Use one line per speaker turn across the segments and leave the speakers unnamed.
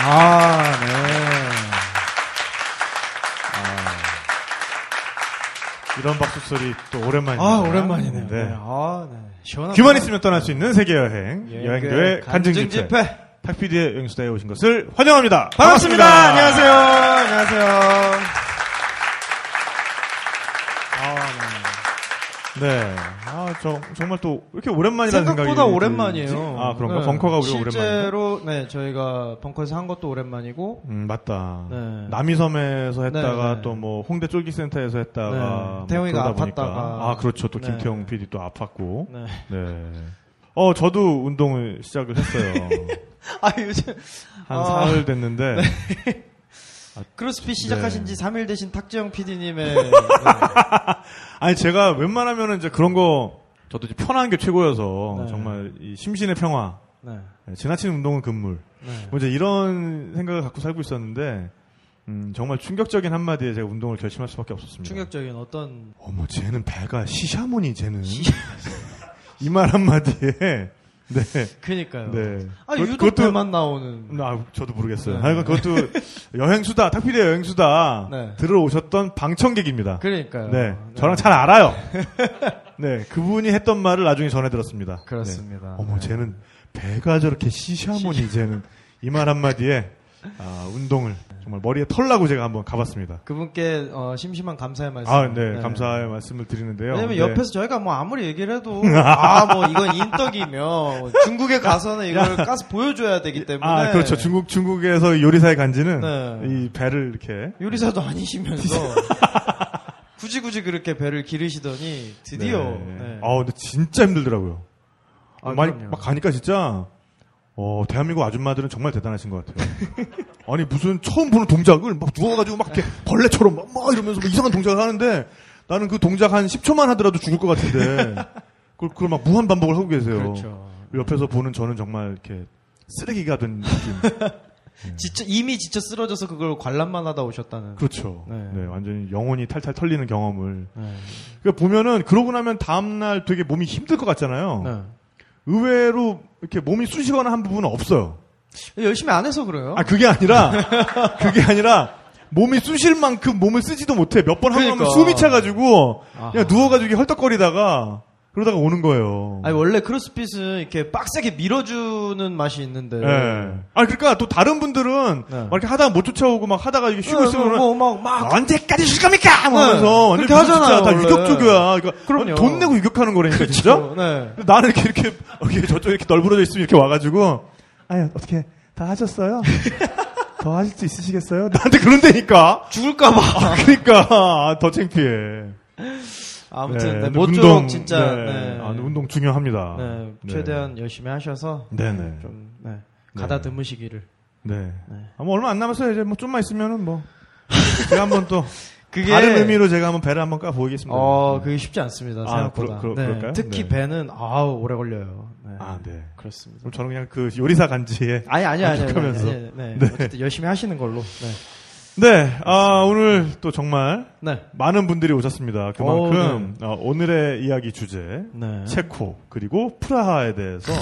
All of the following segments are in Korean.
아, 네.
이런 박수 소리 또 오랜만이네요.
아, 오랜만이네요.
네.
네. 아, 네. 시원하다.
귀만 있으면 떠날 수 있는 세계 여행
예,
여행도의
그
간증
간증
집회.
집회.
탁피디의 여행수다에 오신 것을 환영합니다.
반갑습니다. 안녕하세요. 안녕하세요. 아,
네. 아, 저, 정말 또 이렇게 오랜만이라는
네.
생각이
생각보다
들지.
오랜만이에요.
아, 그런가?
네.
벙커가 우리가 오랜만인가?
실제로 네 저희가 벙커에서 한 것도 오랜만이고
음, 맞다.
네.
남이섬에서 했다가
네, 네.
또 뭐 홍대 쫄기센터에서 했다가
네.
뭐
태용이가
그러다 보니까.
아팠다가.
아, 그렇죠. 또
네.
김태용 PD 또 아팠고.
네.
네. 어, 저도 운동을 시작을 했어요.
아 요즘
한
아.
사흘 됐는데.
크로스핏
네.
시작하신 지 3일 되신 탁재영 PD님의 네,
아니 제가 웬만하면은 이제 그런 거 저도 이제 편한 게 최고여서
네.
정말 이 심신의 평화,
네.
지나치는 운동은 금물,
네.
뭐 이제 이런 생각을 갖고 살고 있었는데 음, 정말 충격적인 한마디에 제가 운동을 결심할 수밖에 없었습니다.
충격적인 어떤
어머 쟤는 배가 시샤모니 쟤는 이 말 한마디에 네,
그니까요.
네.
아
그-
유독
그것도-
배만 나오는
아, 저도 모르겠어요.
네.
하여간 그것도 여행수다, 탁피디의 여행수다
네.
들어오셨던 방청객입니다.
그러니까요.
네, 저랑 잘 알아요. 네, 그분이 했던 말을 나중에 전해 들었습니다.
그렇습니다.
네. 어머,
네.
쟤는 배가 저렇게 시샤모니 쟤는 이 말 한마디에 아, 운동을 정말 머리에 털라고 제가 한번 가봤습니다.
그분께 어, 심심한 감사의 말씀.
아, 네, 감사의 말씀을 드리는데요.
왜냐면
네.
옆에서 저희가 뭐 아무리 얘기를 해도 아 뭐 이건 인덕이며 중국에 가서는 이걸 가서 보여줘야 되기 때문에
아, 그렇죠. 중국 중국에서 요리사에 간지는
네.
이 배를 이렇게
요리사도 아니시면서 굳이 굳이 그렇게 배를 기르시더니 드디어
네.
네.
아, 근데 진짜 힘들더라고요.
아,
많이
그럼요.
막 가니까 진짜 어, 대한민국 아줌마들은 정말 대단하신 것 같아요. 아니 무슨 처음 보는 동작을 막 누워가지고 막 이렇게
네.
벌레처럼 막, 막 이러면서 막 이상한 동작을 하는데 나는 그 동작 한 10초만 하더라도 죽을 것 같은데 그걸, 그걸 막 무한 반복을 하고 계세요.
그렇죠.
옆에서 보는 저는 정말 이렇게 쓰레기가 된 느낌.
지쳐- 이미 지쳐 쓰러져서 그걸 관람만 하다 오셨다는
네. 그렇죠.
네.
네, 완전히 영혼이 탈탈 털리는 경험을.
네.
그러니까 보면은 그러고 나면 다음 날 되게 몸이 힘들 것 같잖아요.
네.
의외로 이렇게 몸이 쑤시거나 한 부분은 없어요.
네. 열심히 안 해서 그래요.
아 그게 아니라 그게 아니라 몸이 쑤실 만큼 몸을 쓰지도 못해 몇 번 하고 나면
그러니까.
숨이 차가지고
아하.
그냥 누워가지고 이렇게 헐떡거리다가 그러다가 오는 거예요.
아니 원래 크로스핏은 이렇게 빡세게 밀어주는 맛이 있는데
예. 아니 그러니까 또 다른 분들은
네.
막 이렇게 하다가 못 쫓아오고 막 하다가 이게 쉬고 있으면 아,
뭐막막 네.
언제까지 쉴 겁니까? 막 하면서 완전
그렇게 하잖아요,
진짜 다
원래.
유격조교야. 그러니까
그럼요.
돈 내고 유격하는 거라니까 진짜.
네.
근데 나는 이렇게 이렇게 여기 저쪽 이렇게 널브러져 있으면 이렇게 와가지고 아니 어떻게 다 하셨어요? 더 하실 수 있으시겠어요? 나한테 그런다니까.
죽을까봐.
아, 그러니까 아, 더 창피해.
아무튼 네,
네,
모쪼록 진짜
네.
네.
아, 근데 운동 중요합니다.
네, 최대한 열심히 하셔서
네, 네.
좀 네, 가다듬으시기를.
네.
네.
아, 뭐 얼마 안 남았어요. 이제 뭐 좀만 있으면은 뭐 제가 한번 또
그게
다른 의미로 제가 한번 배를 한번 까 보이겠습니다.
어 그게 쉽지 않습니다
아,
생각보다.
그러- 그러-
네,
그럴까요?
특히
네.
배는 아우 오래 걸려요. 네.
아, 네.
그렇습니다.
그럼 저는 그냥 그 요리사 간지에
아니 아니 아니. 아니,
만족하면서.
아니, 네.
네.
어쨌든 열심히 하시는 걸로. 네.
네. 아, 오늘 또 정말
네.
많은 분들이 오셨습니다. 그만큼
오,
어, 오늘의 이야기 주제
네.
체코 그리고 프라하에 대해서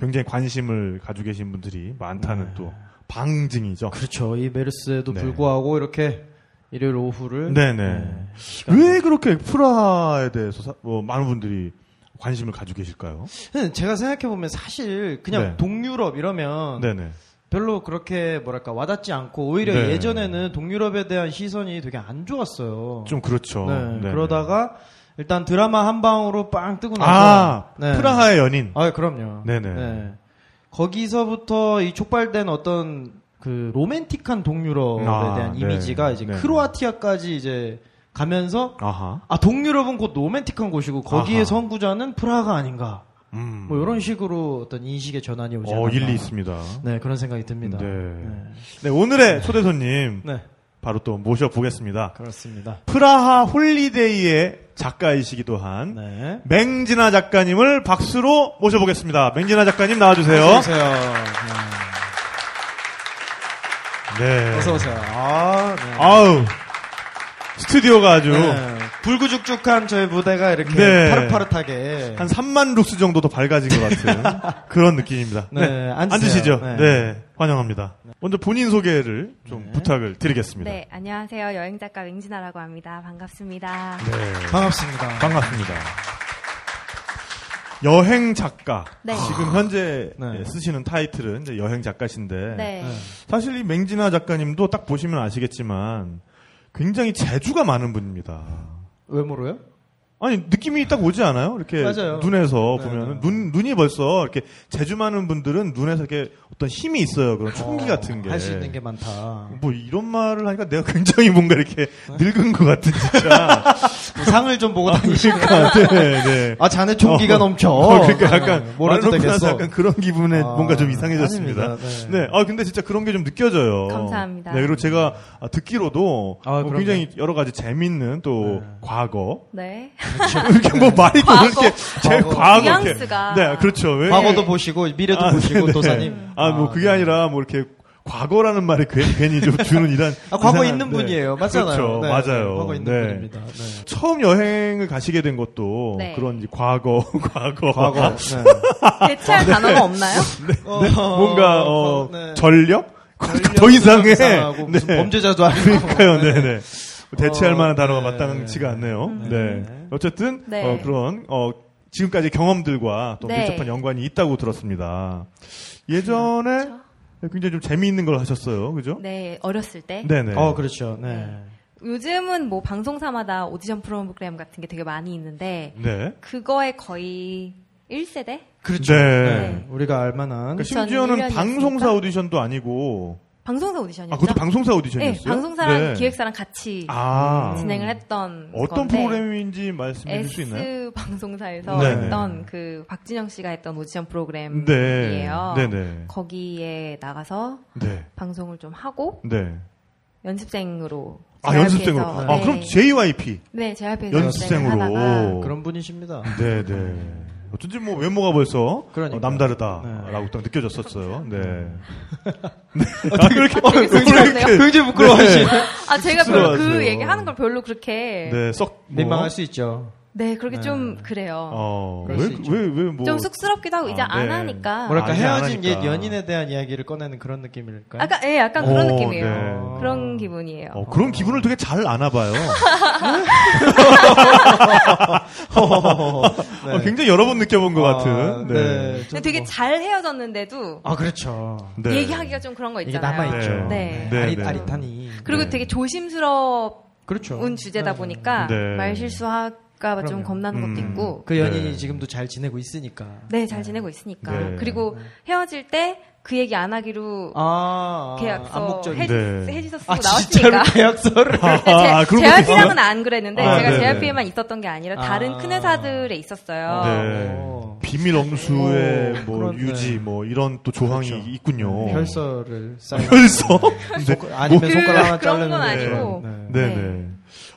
굉장히 관심을 가지고 계신 분들이 많다는
네.
또 방증이죠.
그렇죠. 이 메르스에도
어, 네.
불구하고 이렇게 일요일 오후를
네네. 왜 그렇게 프라하에 대해서 사- 뭐 많은 분들이 관심을 가지고 계실까요?
근데 제가 생각해 보면 사실 그냥
네.
동유럽 이러면
네네.
별로 그렇게 뭐랄까 와닿지 않고 오히려
네.
예전에는 동유럽에 대한 시선이 되게 안 좋았어요.
좀 그렇죠.
네,
네네.
그러다가 일단 드라마 한 방으로 빵 뜨고 나서
아
네.
프라하의 연인.
아 그럼요.
네네.
네. 거기서부터 이 촉발된 어떤 그 로맨틱한 동유럽에
아,
대한
네.
이미지가 이제
네.
크로아티아까지 이제 가면서
아하.
아 동유럽은 곧 로맨틱한 곳이고 거기의
아하.
선구자는 프라하가 아닌가.
음.
뭐 이런 식으로 어떤 인식의 전환이 오지 않나.
어, 일리 있습니다.
네, 그런 생각이 듭니다.
네.
네.
네, 오늘의 초대 손님
네,
바로 또 모셔보겠습니다.
그렇습니다.
프라하 홀리데이의 작가이시기도 한
네.
맹진아 작가님을 박수로 모셔보겠습니다. 맹진아 작가님 나와주세요.
어서 오세요. 네.
네.
어서 오세요. 아, 네.
아우 스튜디오가 아주
네. 불구죽죽한 저희 무대가 이렇게
네.
파릇파릇하게
한 3만 룩스 정도 더 밝아진 것 같은 그런 느낌입니다.
네, 앉으세요.
시죠
네.
네. 환영합니다. 먼저 본인 소개를 좀 부탁을 드리겠습니다.
네, 안녕하세요. 여행 작가 맹진아라고 합니다. 반갑습니다.
네.
반갑습니다.
반갑습니다. 여행 작가.
네.
지금 현재
네.
쓰시는 타이틀은 이제 여행 작가신데
네.
사실 이 맹진아 작가님도 딱 보시면 아시겠지만 굉장히 재주가 많은 분입니다.
외모로요?
아니 느낌이 딱 오지 않아요? 이렇게
맞아요.
눈에서
네,
보면
네.
눈 눈이 벌써 이렇게 재주 많은 분들은 눈에서 이렇게 어떤 힘이 있어요. 그런 총기 같은 게.
할 수 있는 게 많다.
뭐 이런 말을 하니까 내가 굉장히 뭔가
네.
이렇게 늙은 것 같은 진짜
뭐 상을 좀 보고 다니실 것 같아.
네, 네.
아, 자네 총기가
어,
넘쳐.
어, 그러니까 약간
뭐라도
완전
되겠어.
끝나서 약간 그런 기분에
아,
뭔가 좀 이상해졌습니다.
아닙니다. 네.
네. 아 근데 진짜 그런 게 좀 느껴져요.
감사합니다.
네, 그리고 제가 아, 듣기로도
아,
뭐
그럼요.
굉장히 여러 가지 재밌는 또 과거
네.
이렇게 뭐 말이 또 이렇게 제
과거.
과거 이렇게.
뉘앙스가.
네, 그렇죠. 왜?
과거도 보시고 미래도
아,
보시고
네.
도사님.
아, 뭐 그게 아니라 뭐 이렇게 과거라는 말에 괜- 괜히 좀 주는 이런
아, 과거
이상한-
있는
네.
분이에요. 맞잖아요.
그렇죠.
네,
맞아요.
과거 있는
네.
분입니다. 네.
처음 여행을 가시게 된 것도
네.
그런 이제 과거, 과거,
과거.
아,
네.
대체할 단어가 없나요?
어,
네, 뭔가 어,
네.
전력
전력
더 이상해. 네.
이상하고 무슨 범죄자도 아니고.
그러니까요, 네, 네. 대체할
어,
만한 단어가
네.
마땅치가 않네요. 네.
네.
어쨌든
네.
어, 그런 어, 지금까지 경험들과 또
네.
밀접한 연관이 있다고 들었습니다. 예전에 굉장히 좀 재미있는 걸 하셨어요, 그죠?
그렇죠. 네, 어렸을 때.
네네.
어, 그렇죠. 네.
요즘은 뭐 방송사마다 오디션 프로그램 같은 게 되게 많이 있는데
네.
그거에 거의 1세대?
그렇죠.
네.
네. 우리가 알만한
그러니까 심지어는
2001년이
방송사
있으니까?
오디션도 아니고
방송사
아
오디션이었죠?
그것도 방송사
네,
오디션이었어요?
방송사랑
네.
기획사랑 같이
아
진행을 했던
어떤
건데
프로그램인지 말씀해 주실 수 있나요?
S 방송사에서
네네.
했던 그 박진영 씨가 했던 오디션 프로그램이에요.
네. 네네.
거기에 나가서
네.
방송을 좀 하고
네.
연습생으로
아
JYP 에서,
연습생으로. 아
네.
그럼 JYP
네 JYP에서
연습생으로.
그런 분이십니다.
네, 네. 어쩐지 뭐 외모가 벌써
그러니까요.
어, 남다르다라고
네.
딱 느껴졌었어요. 네.
아, 그렇게
부끄럽네요.
굉장히 부끄러워하시네.
아 제가 별로
쑥스러워하죠.
그 얘기하는 걸 별로 그렇게 네,
네, 썩 뭐,
민망할 수 있죠.
그렇게
네.
좀 그래요.
어,
그럴 수 있죠.
왜왜왜뭐
좀 쑥스럽기도 하고 이제
아,
안
네.
하니까.
뭐랄까
뭐랄까, 아니, 안
헤어진 옛
하니까.
연인에 대한 이야기를 꺼내는 그런 느낌일까요?
약간 예 약간 그런
어,
느낌이에요.
네.
그런 기분이에요.
어, 그런 기분을 되게 잘 아나 봐요.
네.
어, 굉장히 여러 번 느껴본 것
아,
같은. 네.
네,
근데
좀
되게
뭐-
잘 헤어졌는데도
아 그렇죠.
네.
얘기하기가 좀 그런 거
이게
있잖아요.
남아 있죠.
네.
네,
아리,
네.
아리타니.
그리고
네.
되게 조심스러운
그렇죠.
주제다
네.
보니까
네.
말 실수할까봐
그럼요.
좀 겁나는
음.
것도 있고.
그 연인이
네.
지금도 잘 지내고 있으니까.
네, 잘 지내고 있으니까.
네.
그리고 헤어질 때 그 얘기 안 하기로
아, 아,
계약서
암묵적인.
해지,
네.
해지서 쓰고
아 진짜로
나왔으니까.
계약서를.
제,
아, 그런 것도
JYP랑은 안 그랬는데
아,
제가
네네.
JYP에만 있었던 게 아니라 다른
아.
큰 회사들에 있었어요.
네.
어.
비밀 엄수의
어,
오,
뭐
그렇네.
유지 뭐 이런 또 조항이
그렇죠.
있군요.
네,
혈서를 쌓이.
혈서? 네.
손- 아니면
그-
손가락 하나
그런
자르는 네.
건 아니고.
네네.
네.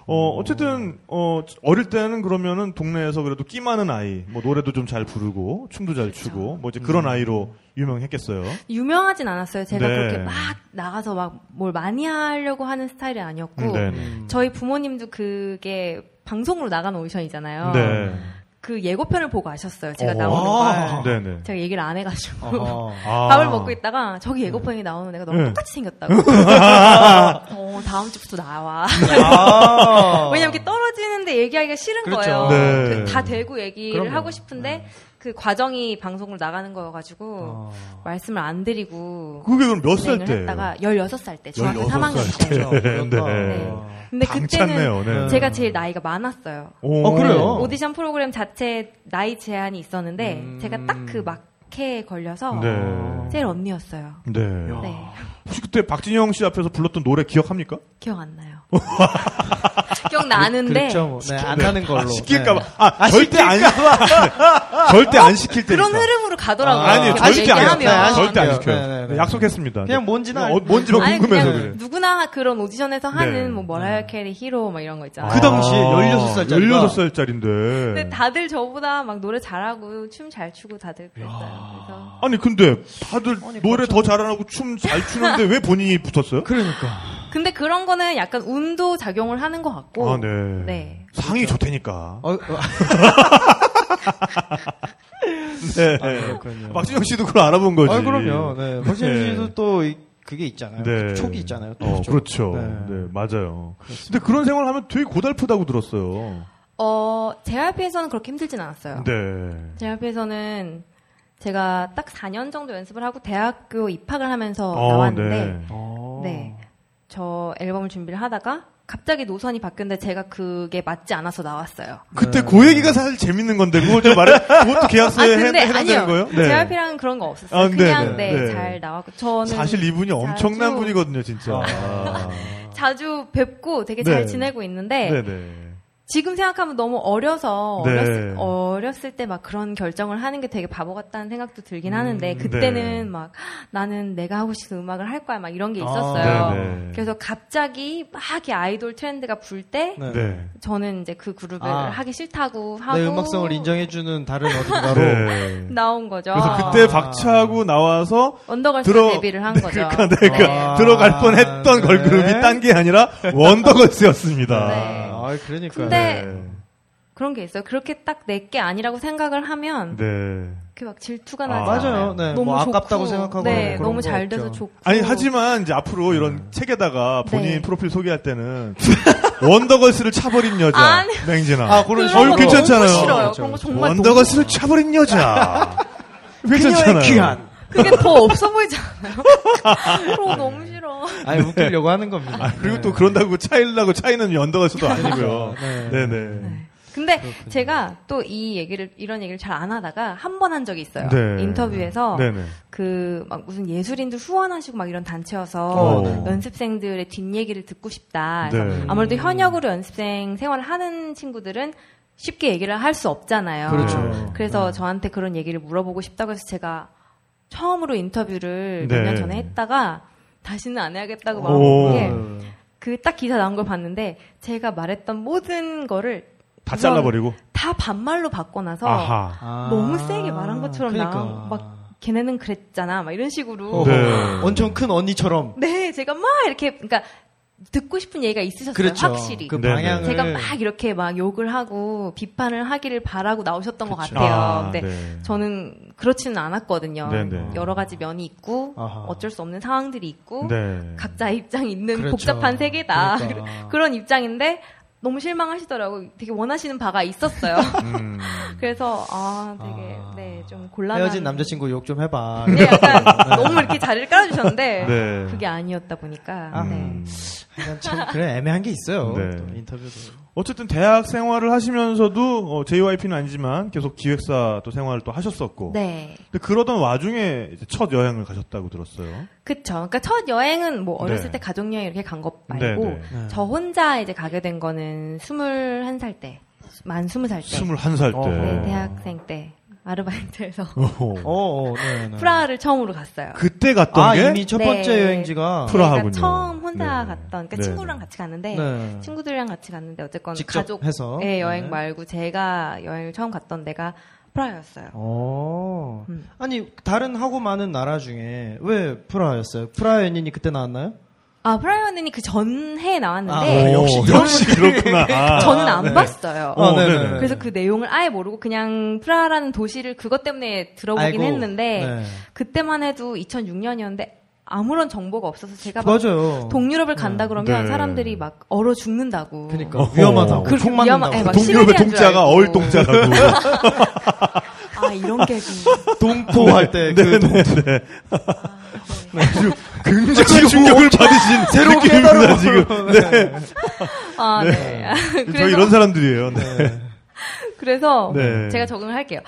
어, 어쨌든, 어, 어릴 때는 그러면은 동네에서 그래도 끼 많은 아이, 뭐 노래도 좀 잘 부르고, 춤도 잘
그렇죠.
추고, 뭐 이제
음.
그런 아이로 유명했겠어요.
유명하진 않았어요. 제가
네.
그렇게 막 나가서 막 뭘 많이 하려고 하는 스타일이 아니었고
네네.
음.
저희 부모님도 그게 방송으로 나간 오디션이잖아요.
네.
그 예고편을 보고 아셨어요. 제가
어.
나오는
아.
걸.
네네.
제가 얘기를 안 해가지고
어허.
아.
밥을 먹고 있다가 저기 예고편이 나오는 애가 너무
네.
똑같이 생겼다고. 어, 다음 주부터 나와.
아.
왜냐면 이렇게 떨어지는데 얘기하기가 싫은
그렇죠.
거예요.
네.
그다 대고 얘기를
그럼요. 네.
하고 싶은데 그 과정이 방송으로 나가는 거여가지고
어.
말씀을 안 드리고
그게 그럼 몇 살
진행을
때?
네, 했다가 16살 때 중학교
16살
3학년 때.
그렇죠. 그렇다.
네.
어.
근데
당찼네요,
그때는
네.
제가 제일 나이가 많았어요.
오.
어, 그래요?
오디션 프로그램 자체에 나이 제한이 있었는데
음.
제가 딱 그 막 악해에 걸려서
네.
제일 언니였어요.
네.
야.
네.
혹시 그때 박진영 씨 앞에서 불렀던 노래 기억합니까?
기억 안 나요.
어.
기억 나는데
그렇죠. 뭐. 네, 안 나는 걸로.
아, 시킬까봐.
네.
아, 절대 안 시킬까봐. 절대 안 시킬 때.
그런 흐름으로 가더라고요.
아,
그러니까. 아니요,
이렇게 막
절대
해요.
안
얘기하면.
시켜요. 절대 안
네,
시켜요.
네, 네, 네.
네, 약속했습니다.
그냥 뭐, 뭔지나
어, 뭔지가
아니,
궁금해서
그냥
그래.
누구나 그런 오디션에서 하는
네.
뭐 머라이어 캐리 히로 막 이런 거 있잖아요.
그 당시에 16살 짜리가.
16살짜리인데.
근데 다들 저보다 막 노래 잘하고 춤 잘 추고 다들 그랬어요. 그래서
아니 근데 다들 노래 더 잘하고 춤 잘 추는데 왜 본인이 붙었어요?
그렇죠. 그러니까.
근데 그런 거는 약간 운도 작용을 하는 것 같고.
뭐,
아, 네.
네.
상이 좋다니까.
어, 어,
네.
아, 그렇군요.
박진영 씨도 그걸 알아본 거지.
아, 그럼요. 네. 박신혜
네.
씨도 또 이- 그게 있잖아요.
네.
촉이 있잖아요. 또
어,
그쪽.
그렇죠.
네.
네, 맞아요. 근데 그런 생활을 하면 되게 고달프다고 들었어요.
어, JYP에서는 그렇게 힘들진 않았어요.
네.
JYP에서는 제가 딱 4년 정도 연습을 하고 대학교 입학을 하면서
어,
나왔는데
어.
네. 저 앨범을 준비를 하다가 갑자기 노선이 바뀌는데 제가 그게 맞지 않아서 나왔어요.
그때 그 얘기가 사실 재밌는 건데 그걸 좀 말해. 그것도
아
계약서에
근데
해- 해당되는
아니요.
거예요? 네.
JYP랑 그런 거 없었어요.
아,
그냥
네,
네,
네, 네.
잘 나왔고 저는
사실 이분이 엄청난
자주- 아.
분이거든요, 진짜.
자주 뵙고 되게
네.
잘 지내고 있는데
네, 네.
지금 생각하면 너무 어려서
네.
어렸을, 때 막 그런 결정을 하는 게 되게 바보 같다는 생각도 들긴 하는데 그때는
음, 네.
막 나는 내가 하고 싶은 음악을 할 거야 막 이런 게
아,
있었어요.
네, 네.
그래서 갑자기 막 이 아이돌 트렌드가 불 때
네.
네.
저는 이제 그 그룹을
아.
하기 싫다고 하고
내 음악성을 인정해주는 다른 어딘가로. 아.
네.
나온 거죠.
그래서 그때 박차하고 나와서
언더걸스
들어-
데뷔를 한 거죠. 네.
그러니까 내가
아,
들어갈 뻔했던
네.
걸그룹이 딴 게 아니라 원더걸스였습니다. 네.
네.
아, 그러니까.
근데- 그런 게 있어요. 그렇게 딱 내 게 아니라고 생각을 하면
네.
그렇게 막 질투가
아,
나잖아요.
맞아요. 네.
너무
뭐
좋고,
아깝다고 생각하고
네,
그런 거
너무 잘 돼서
없죠.
좋고.
아니 하지만 이제 앞으로
음.
이런 책에다가 본인
네.
프로필 소개할 때는 원더걸스를 차버린 여자
아니.
냉진아.
아, 그런
거
식으로.
너무 괜찮잖아요.
싫어요. 그런 거 정말
원더걸스를 차버린 여자. 괜찮잖아요.
그녀의 귀한.
그게 더 없어 보이지 않아요? 그거 너무 싫어.
아니, 웃기려고 하는 겁니다.
아, 그리고 또 그런다고 차일라고 차이는 원더걸스도 아니고요.
네.
네네.
근데 제가 또 이 얘기를 이런 얘기를 잘 안 하다가 한 번 한 적이 있어요.
네.
인터뷰에서
네네.
그 막 무슨 예술인들 후원하시고 막 이런 단체여서
어.
연습생들의 뒷얘기를 듣고 싶다. 그래서
네.
아무래도 현역으로 연습생 생활을 하는 친구들은 쉽게 얘기를 할 수 없잖아요.
그렇죠.
네.
래서 저한테 그런 얘기를 물어보고 싶다고 해서 제가 처음으로 인터뷰를 몇
네.
년 전에 했다가 다시는 안 해야겠다고
네.
오.
마음먹은 게그 딱 기사 나온 걸 봤는데 제가 말했던 모든 거를
다 잘라버리고.
다 반말로 바꿔놔서
아하.
아,
너무 세게 말한 것처럼
그러니까.
나온 막 걔네는 그랬잖아 막 이런 식으로
어허.
네.
엄청 큰 언니처럼.
네, 제가 막 이렇게 그러니까 듣고 싶은 얘기가 있으셨어요.
그렇죠.
확실히.
그
네네.
방향을.
제가 막 이렇게 막 욕을 하고 비판을 하기를 바라고 나오셨던 것
그렇죠.
같아요.
아,
근데
네.
저는 그렇지는 않았거든요.
네네.
여러 가지 면이 있고
아하.
어쩔 수 없는 상황들이 있고
네.
각자 입장이 있는
그렇죠.
복잡한 세계다.
그러니까.
그런 입장인데 너무 실망하시더라고요. 되게 원하시는 바가 있었어요.
음.
그래서 아 되게
아.
네 좀 곤란한
헤어진 남자친구 욕 좀 해봐.
네, 약간 너무 이렇게 자리를 깔아주셨는데
네.
그게 아니었다 보니까
아.
네.
음.
그냥 참 그래 애매한 게 있어요.
네.
또 인터뷰도.
어쨌든 대학 생활을 하시면서도 어, JYP는 아니지만 계속 기획사 또 생활을 또 하셨었고.
네.
근데 그러던 와중에 이제 첫 여행을 가셨다고 들었어요.
그쵸. 그러니까 첫 여행은 뭐 어렸을
네.
때 가족여행 이렇게 간 것
네,
말고
네.
저 혼자 이제 가게 된 거는 21살 때. 만 20살 때.
21살 때.
어,
네, 대학생 때. 아르바이트에서
네. 어허.
어, 어, 네, 네.
프라하를 처음으로 갔어요.
그때 갔던
아
게
이미 첫 번째
네.
여행지가.
프라- 프라하군요.
제가 처음 혼자
네.
갔던, 그러니까
네,
친구랑
네.
같이 갔는데,
네.
친구들이랑 같이 갔는데, 어쨌건
직접
가족,
해서.
의 여행
네.
말고 제가 여행을 처음 갔던 데가 프라하였어요.
어.
음.
아니 다른 하고 많은 나라 중에 왜 프라였어요? 프라 연인이 그때 나왔나요?
아, 프라하 언니 그 전해에
아,
나왔는데,
역시,
오, 어, 역시 그렇구나. 아.
저는 안
네.
봤어요.
어,
아, 네네.
네네.
그래서 그 내용을 아예 모르고 그냥 프라하라는 도시를 그것 때문에 들어보긴
알고.
했는데
네.
그때만 해도 2006년이었는데 아무런 정보가 없어서 제가 막
맞아요.
동유럽을 간다 그러면
네.
사람들이 막 얼어 죽는다고.
그러니까
어.
위험하다고.
그렇게
총
위험하-
맞는다고.
예, 막
동유럽의
시베리아인 줄
동자가
알고.
어울 동자라고.
아 이런 게 좀.
동포 할때
네,
그 동...
지금 굉장히 충격을 받으신
새로운
느낌입니다
깨달음을-
지금. 네.
아 네. 그래서
저희 이런 사람들이에요. 네.
그래서
네.
제가 적응을 할게요.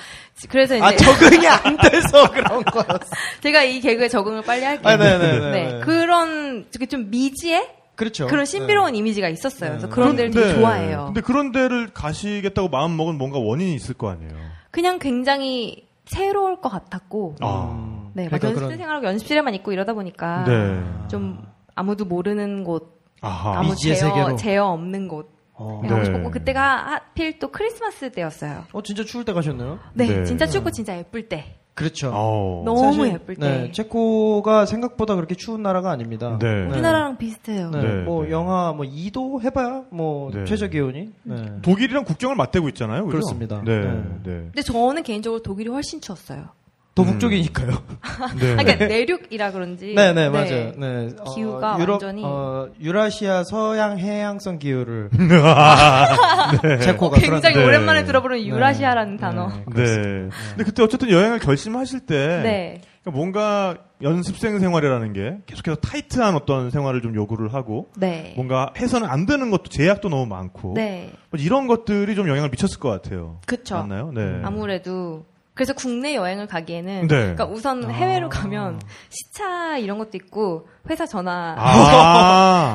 그래서 이제
아 적응이 안 돼서 그런 거였어.
제가 이 개그에 적응을 빨리 할게요.
아, 네네네.
네, 그런 되게 좀 미지의
그렇죠. 네.
그런 신비로운 이미지가 있었어요. 그래서 그런 데를 되게 좋아해요.
네. 근데 그런 데를 가시겠다고 마음 먹은 뭔가 원인이 있을 거 아니에요.
그냥 굉장히 새로울 것 같았고,
아.
네, 막
그러니까
연습생
그런-
생활하고 연습실에만 있고 이러다 보니까
네.
좀 아무도 모르는 곳,
아하.
아무
미지의
제어,
세계로.
제어 없는 곳
어.
가고
네.
싶었고 그때가 하필 또 크리스마스 때였어요.
어, 진짜 추울 때 가셨네요.
네,
네.
진짜 춥고 진짜 예쁠 때.
그렇죠.
어.
너무 예쁠 때.
네, 체코가 생각보다 그렇게 추운 나라가 아닙니다.
네.
우리나라랑 비슷해요.
네,
네,
뭐
네.
영하 뭐 2도 해봐야 뭐
네. 음.
최저 기온이. 네.
독일이랑 국경을 맞대고 있잖아요. 그죠?
그렇습니다.
네.
네.
네.
근데 저는 개인적으로 독일이 훨씬 추웠어요.
더
음.
북쪽이니까요.
네.
아, 그러니까 내륙이라 그런지.
네, 네, 맞아요. 네.
기후가
유럽,
완전히-
어, 유라시아 서양 해양성 기후를
네.
체코가
굉장히
네.
오랜만에 들어보는 유라시아라는 단어.
네.
네. 근데 그때 어쨌든 여행을 결심하실 때
네.
그러니까 뭔가 연습생 생활이라는 게 계속해서 타이트한 어떤 생활을 좀 요구를 하고
네.
뭔가 해서는 안 되는 것도 제약도 너무 많고
네.
뭐 이런 것들이 좀 영향을 미쳤을 것 같아요.
그쵸. 음,
맞나요? 네.
아무래도. 그래서 국내 여행을 가기에는
네.
그러니까 우선 해외로 가면 시차 이런 것도 있고 회사 전화
아.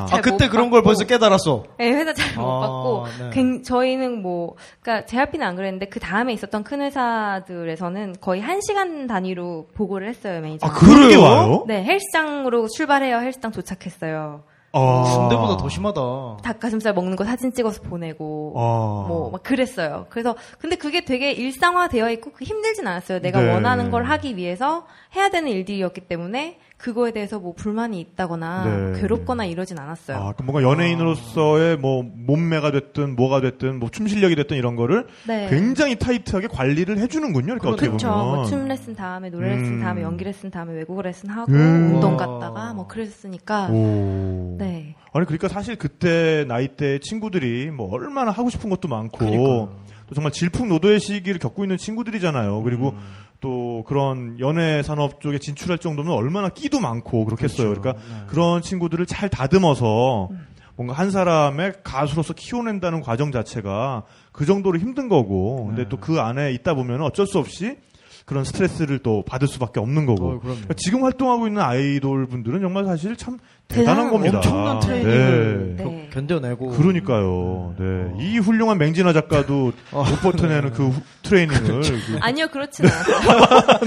아,
잘
그때
못
그런 걸
받고.
벌써 깨달았어.
네, 회사 잘 못
아,
받고
네.
굉- 저희는 뭐 그러니까 제 앞이는 안 그랬는데 그 다음에 있었던 큰 회사들에서는 거의 한 시간 단위로 보고를 했어요 매니저.
아, 그런 게
그래요?
와요?
네 헬스장으로 출발해요 헬스장 도착했어요.
아.
군대보다 더 심하다.
닭가슴살 먹는 거 사진 찍어서 보내고
아.
뭐 막 그랬어요. 그래서 근데 그게 되게 일상화되어 있고 그 힘들진 않았어요. 내가
네.
원하는 걸 하기 위해서 해야 되는 일들이었기 때문에 그거에 대해서 뭐 불만이 있다거나
네.
괴롭거나 이러진 않았어요. 아.
아, 그 뭔가 연예인으로서의 뭐 몸매가 됐든 뭐가 됐든 뭐 춤 실력이 됐든 이런 거를
네.
굉장히 타이트하게 관리를 해주는군요. 그러니까 어떻게
그렇죠.
보면.
뭐춤 레슨 다음에 노래 레슨
음.
다음에 연기 레슨 다음에 외국어 레슨 하고
음.
와.
운동 갔다가 뭐 그랬으니까
오.
네.
아니 그러니까 사실 그때 나이 때 친구들이 뭐 얼마나 하고 싶은 것도 많고
그러니까요.
또 정말 질풍노도의 시기를 겪고 있는 친구들이잖아요. 그리고
음.
또 그런 연애 산업 쪽에 진출할 정도면 얼마나 끼도 많고 그렇겠어요.
그렇죠.
그러니까
네.
그런 친구들을 잘 다듬어서
음.
뭔가 한 사람의 가수로서 키워낸다는 과정 자체가 그 정도로 힘든 거고
네.
근데 또 그 안에 있다 보면 어쩔 수 없이 그런 스트레스를 또 받을 수밖에 없는 거고
어, 그럼요.
그러니까 지금 활동하고 있는 아이돌 분들은 정말 사실 참 대단한
대단한
겁니다. 아, 그러니까.
엄청난 트레이닝을
네.
겨-
네.
견뎌내고.
그러니까요. 네. 이 훌륭한 맹진아 작가도
어.
못 버텨내는 그 후- 트레이닝을.
그렇죠.
그-
아니요 그렇진 않았어요.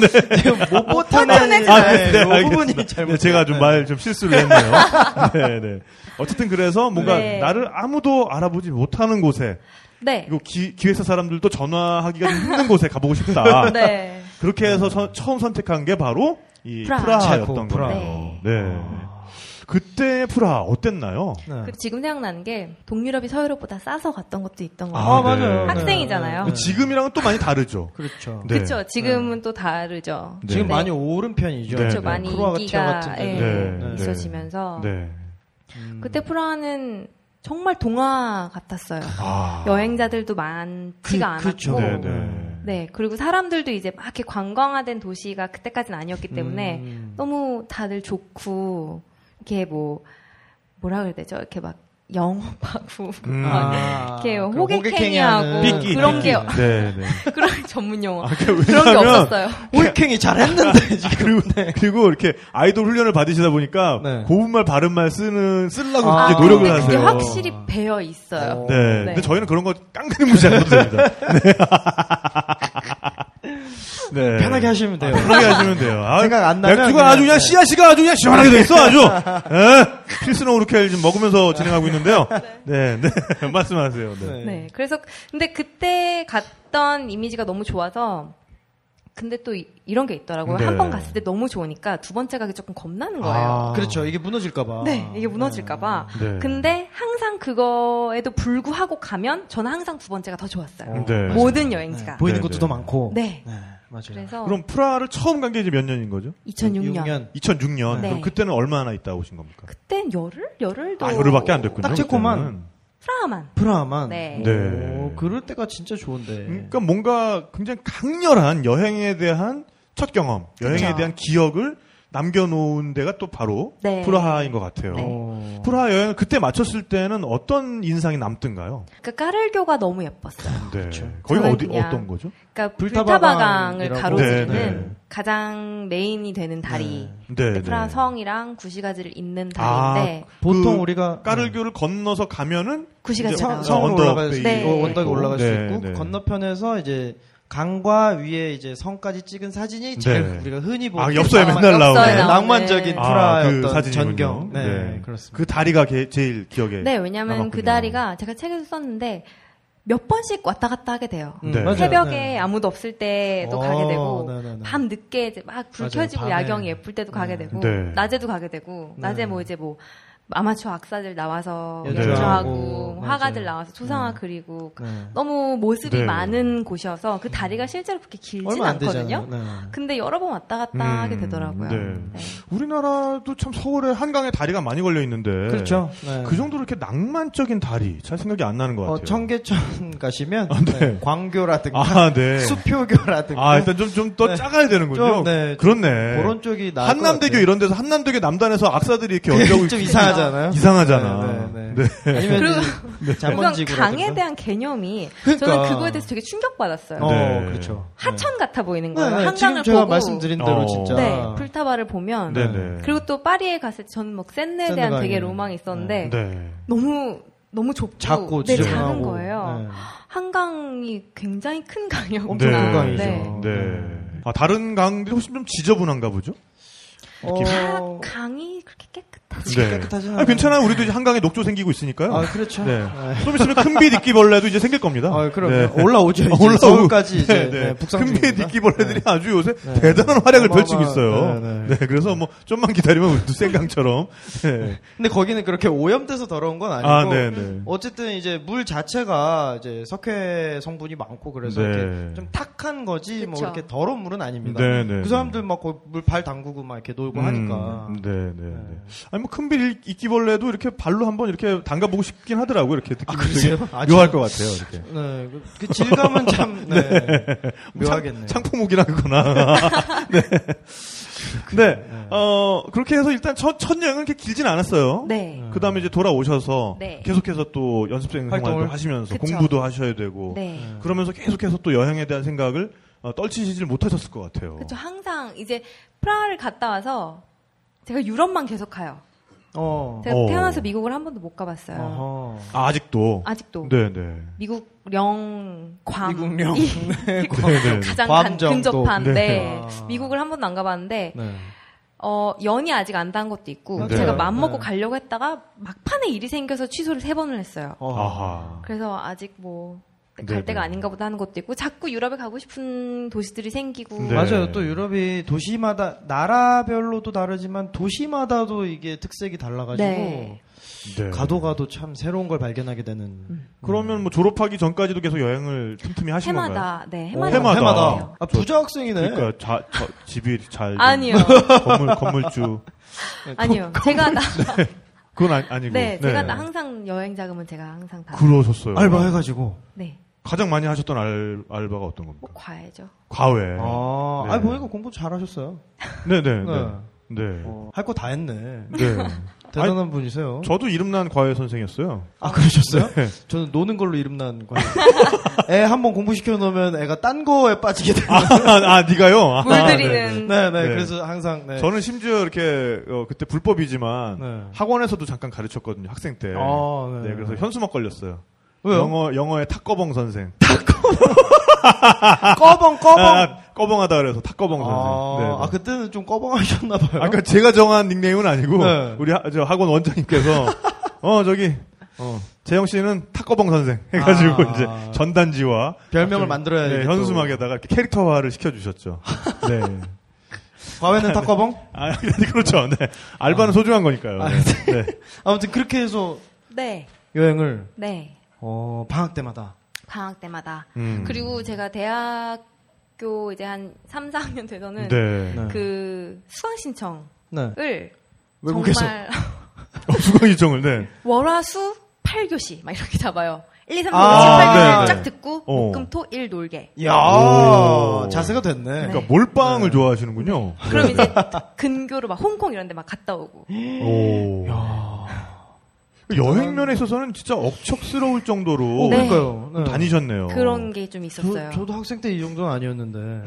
못 버텨내는
아, 네, 네,
이
알겠습니다.
부분이 잘못.
네, 제가 좀 말 좀 실수를 했네요. 네, 네. 어쨌든 그래서 뭔가
네.
나를 아무도 알아보지 못하는 곳에
네.
그리고 기, 기획사 사람들도 전화하기가 좀 힘든 곳에 가보고 싶다.
네.
그렇게 해서 서- 처음 선택한 게 바로 이
프라하.
프라하였던
체코, 프라하.
거예요. 네. 그때 프라하 어땠나요?
네.
그 지금 생각나는 게 동유럽이 서유럽보다 싸서 갔던 것도 있던 거
아,
같아요.
아,
네.
맞아요.
학생이잖아요.
네.
뭐 지금이랑은 또 많이 다르죠.
그렇죠.
네.
그렇죠. 지금은 또 다르죠.
네.
지금
네.
많이 오른 편이죠.
그렇죠,
많이
크로아티아
인기가,
같은
예,
데도.
네.
네. 음.
있어지면서
네.
그때 프라하는 정말 동화 같았어요.
아.
여행자들도 많지가
그- 그렇죠.
네,
않았고
네.
네.
네, 그리고 사람들도 이제 막 이렇게 관광화된 도시가 그때까지는 아니었기 때문에
음.
너무 다들 좋고 이렇게 뭐 뭐라 그래야 되죠? 이렇게 막 영업하고
음.
아,
이렇게
그럼
호객행위
호객행위하는
하고
삐끼.
그런 게
삐끼.
네, 네.
그런 전문 용어
그러니까
뭐, 그런 게
왜냐하면 아,
없었어요.
호객행위
네.
잘했는데 지금.
그리고, 그리고 이렇게 아이돌 훈련을 받으시다 보니까
네.
고운말 바른말 쓰는 쓰려고
아,
이제 노력을
네. 근데 그게
하세요.
확실히 배어 있어요.
어.
네.
네.
근데 저희는 그런 거 깡그리 무시하셔도 됩니다. 네. 네.
편하게 하시면 돼요.
편하게 하시면 돼요. 아,
생각 안 나면
맥주가
그냥,
아주 그냥
네.
씨앗이가 아주 그냥 시원하게 돼 있어 아주. 예. 필스너 오르켈 지금 먹으면서 진행하고 있는데요. 네, 네. 말씀하세요. 네.
네. 그래서 근데 그때 갔던 이미지가 너무 좋아서 근데 또 이, 런게 있더라고요.
네.
한 번 갔을 때 너무 좋으니까 두 번째 가기 조금 겁나는 거예요.
아.
그렇죠. 이게 무너질까봐.
네, 이게 무너질까봐.
네.
근데 항상 그거에도 불구하고 가면 저는 항상 두 번째가 더 좋았어요.
네.
모든
네.
여행지가.
보이는
네,
것도
네.
더 많고.
네.
맞아요.
그래서
그럼 프라하를 처음 간 게 이제 몇 년인 거죠?
2006년.
2006년.
네.
그럼 그때는 얼마나 있다 오신 겁니까?
그땐 열흘? 열흘도. 그러니까
아, 열흘밖에 안 됐군요.
딱 체코만.
그때는.
프라하만.
프라만.
네.
네.
오, 그럴 때가 진짜 좋은데.
그러니까 뭔가 굉장히 강렬한 여행에 대한 첫 경험, 여행에
그쵸.
대한 기억을 남겨놓은 데가 또 바로
네.
프라하인 것 같아요.
어.
프라하 여행을 그때 마쳤을 때는 어떤 인상이 남든가요?
그러니까 까를교가 너무 예뻤어요.
네. 거기
아, 저는
어디
그냥
어떤 거죠?
그러니까
불타바강이라고.
불타바강을
네,
가로지르는
네.
가장 메인이 되는 다리.
네. 네.
프라 성이랑 구시가지를 잇는
아,
다리인데
보통
그
우리가 음.
까르교를 건너서 가면은
구시가지
이제
나와요.
성-
성으로
언덕
올라갈 수 있고
그렇죠. 네.
언덕에 올라갈 수
네,
있고
네.
건너편에서 이제 강과 위에 이제 성까지 찍은 사진이
네.
제일 우리가 흔히 보는
아, 엽서에
낭만-
맨날 나오는.
네, 낭만적인
네.
아,
프라의
그
어떤
사진이군요.
전경. 네,
네.
그렇습니다.
그 다리가 게- 제일 기억에.
네, 왜냐면
남았군요.
그 다리가 제가 책에도 썼는데 몇 번씩 왔다 갔다 하게 돼요.
네.
맞아요.
새벽에
네.
아무도 없을 때도
어,
가게 되고
네, 네, 네.
밤 늦게 이제 막 불
맞아요.
켜지고
밤에.
야경이 예쁠 때도 가게 되고
네.
낮에도 가게 되고
네.
낮에 뭐 이제 뭐 아마추어 악사들 나와서
연주하고,
연주하고 뭐
맞아요.
화가들 나와서 초상화
네.
그리고
네.
너무 모습이
네.
많은 곳이어서 그 다리가 실제로 그렇게 길진
얼마 안
않거든요.
되잖아요. 네.
근데 여러 번 왔다 갔다
음,
하게 되더라고요.
네. 우리나라도 참 서울에 한강에 다리가 많이 걸려 있는데.
그렇죠. 네.
그 정도로 이렇게 낭만적인 다리 잘 생각이 안 나는 것 같아요.
어, 청계천 가시면
아, 네.
네, 광교라든가
아, 네.
수표교라든가
아, 일단 좀, 좀 더
네.
작아야 되는군요.
좀, 네.
그렇네.
그런 쪽이 나을 것
한남대교
같아요.
이런 데서 한남대교 남단에서 악사들이 이렇게 연주하고
좀
있-
이상하잖아요.
이상하잖아.
네,
네.
네, 네. 아니면
그리고
이제
우선
잠원지구라든가.
강에 대한 개념이
그러니까.
저는 그거에 대해서 되게 충격받았어요.
어,
네.
그렇죠.
하천 같아 보이는
네.
거예요.
네, 네.
한강을
지금 제가
보고
말씀드린 아. 대로
어.
진짜
네, 풀타바를 보면
네, 네.
그리고 또 파리에 갔을 때 저는 뭐 센네에
센네
대한
강이.
되게 로망이 있었는데
네.
너무 너무 좁고
작고
네,
지저분하고
작은 거예요.
네.
한강이 굉장히 큰 강이었구나.
엄청 큰 강이죠.
네.
네. 아, 다른 강들이 훨씬 좀 지저분한가 보죠?
다
어,
강이 그렇게 깨끗하지.
네.
깨끗하진
아,
않아요. 네.
괜찮아요. 우리도 이제 한강에 녹조 생기고 있으니까요.
아, 그렇죠.
네.
네.
좀 있으면 큰비 뒷기벌레도 이제 생길 겁니다.
아, 그럼
네.
올라오죠. 이제
올라오고.
서울까지 이제
네, 네.
네, 북상
큰비
중입니다.
뒷기벌레들이 아주 요새
네.
대단한 활약을
어마어마-
펼치고
네,
있어요. 네,
네.
그래서 뭐 좀만 기다리면 우리도 생강처럼. 네.
근데 거기는 그렇게 오염돼서 더러운 건 아니고
아, 네, 네.
어쨌든 이제 물 자체가 이제 석회 성분이 많고 그래서
네.
이렇게 좀 탁한 거지 뭐
그쵸.
이렇게 더러운 물은 아닙니다.
네, 네.
그 사람들 막 물 발 담그고 막 이렇게 놀고 뭐 하니까
음, 네, 네, 네. 아니 뭐 큰비 이끼벌레도 이렇게 발로 한번 이렇게 담가보고 싶긴 하더라고요. 이렇게 느낌이 되게
그러세요? 아,
묘할 것 같아요. 이렇게.
네, 그- 그 질감은 참 네, 묘하겠네요.
창, 포목 이라 그거나. 네. 네. 어, 그렇게 해서 일단 첫, 첫 여행은 이렇게 길진 않았어요.
네.
그 다음에 이제 돌아오셔서
네.
계속해서 또 연습생 생활도
활동을.
하시면서
그쵸.
공부도 하셔야 되고
네.
그러면서 계속해서 또 여행에 대한 생각을 어, 떨치시질 못하셨을 것
어.
같아요.
그렇죠. 항상 이제 프라하를 갔다 와서 제가 유럽만 계속 가요.
어.
제가
어.
태어나서 미국을 한 번도 못 가봤어요.
어허.
아, 직도
아직도
네, 네.
미국 령, 괌,
미국령.
이
네.
네, 네.
가장
괌
간-
정도.
근접한
네.
네.
아.
미국을 한 번도 안 가봤는데
네.
어, 연이 아직 안 단 것도 있고
네.
제가 마음 먹고
네.
가려고 했다가 막판에 일이 생겨서 취소를 세 번을 했어요.
어.
아하.
그래서 아직 뭐.
네,
갈 때가
네.
아닌가 보다 하는 것도 있고 자꾸 유럽에 가고 싶은 도시들이 생기고
네.
맞아요. 또 유럽이 도시마다 나라별로도 다르지만 도시마다도 이게 특색이 달라가지고
네.
네.
가도 가도 참 새로운 걸 발견하게 되는.
음,
그러면 뭐 졸업하기 전까지도 계속 여행을 틈틈이 하신 건가요?
해마다 네
오,
해마다
해마다.
해마다. 아, 부자 학생이네.
그러니까 자, 저, 집이 잘
아니요
건물 건물주
아니요 제가 나,
그건 아니, 아니고
네, 제가 나 항상 여행 자금은 제가 항상 다
그러셨어요.
알바 뭐 해가지고.
네.
가장 많이 하셨던 알, 알바가 어떤 겁니까?
뭐 과외죠.
과외.
아,
네.
아니 보니까 공부 잘하셨어요.
네네.
네.
네. 네.
할 거 다 했네.
네.
대단한 분이세요.
저도 이름난 과외 선생이었어요.
아 그러셨어요?
네.
저는 노는 걸로 이름난 거예요. 애 한 번 공부시켜 놓으면 애가 딴 거에 빠지게 돼.
아, 아 니가요? 아, 네, 네.
물들이는
네, 네.
네.
그래서 항상 네.
저는 심지어 이렇게 어, 그때 불법이지만
네.
학원에서도 잠깐 가르쳤거든요 학생 때.
아, 네.
그래서 현수막 걸렸어요.
왜요?
영어 영어의 탁거봉 선생.
꺼벙 꺼벙. 아,
아, 꺼봉하다 그래서 탁거봉 선생. 네, 네.
아, 그때는 좀 꺼벙하셨나 봐요.
아까 그, 그러니까 제가 정한 닉네임은 아니고
네.
우리 하, 저 학원 원장님께서 어 저기 어 재영 씨는 탁거봉 선생 해가지고
아.
이제 전단지와
별명을 만들어야
네,
돼.
현수막에다가 이렇게 캐릭터화를 시켜주셨죠.
아,
네.
과외는 다 꺼벙?
아 그렇죠. 네. 알바는 소중한 거니까요.
아,
네.
아무튼 그렇게 해서
네.
여행을
네.
어, 방학 때마다
방학 때마다.
음.
그리고 제가 대학교 이제 한 3, 4학년 되서는
네.
네.
그 수강 신청을
네. 외국에서
정말
어, 수강 일정을 네.
월화수 18교시 막 이렇게 잡아요. 1, 2, 3, 4, 5, 6, 7,
아,
8교시
네,
쫙
네.
듣고
어.
목금 토 일 놀게.
야
오.
자세가 됐네.
그러니까 몰빵을 좋아하시는군요.
그럼 이제
네.
근교로 막 홍콩 이런 데 막 갔다 오고.
네.
오. 여행 면에 있어서는 진짜 억척스러울 정도로
네.
그러니까요. 네.
뭐 다니셨네요.
그런 게 좀 있었어요.
저, 저도 학생 때 이 정도는 아니었는데.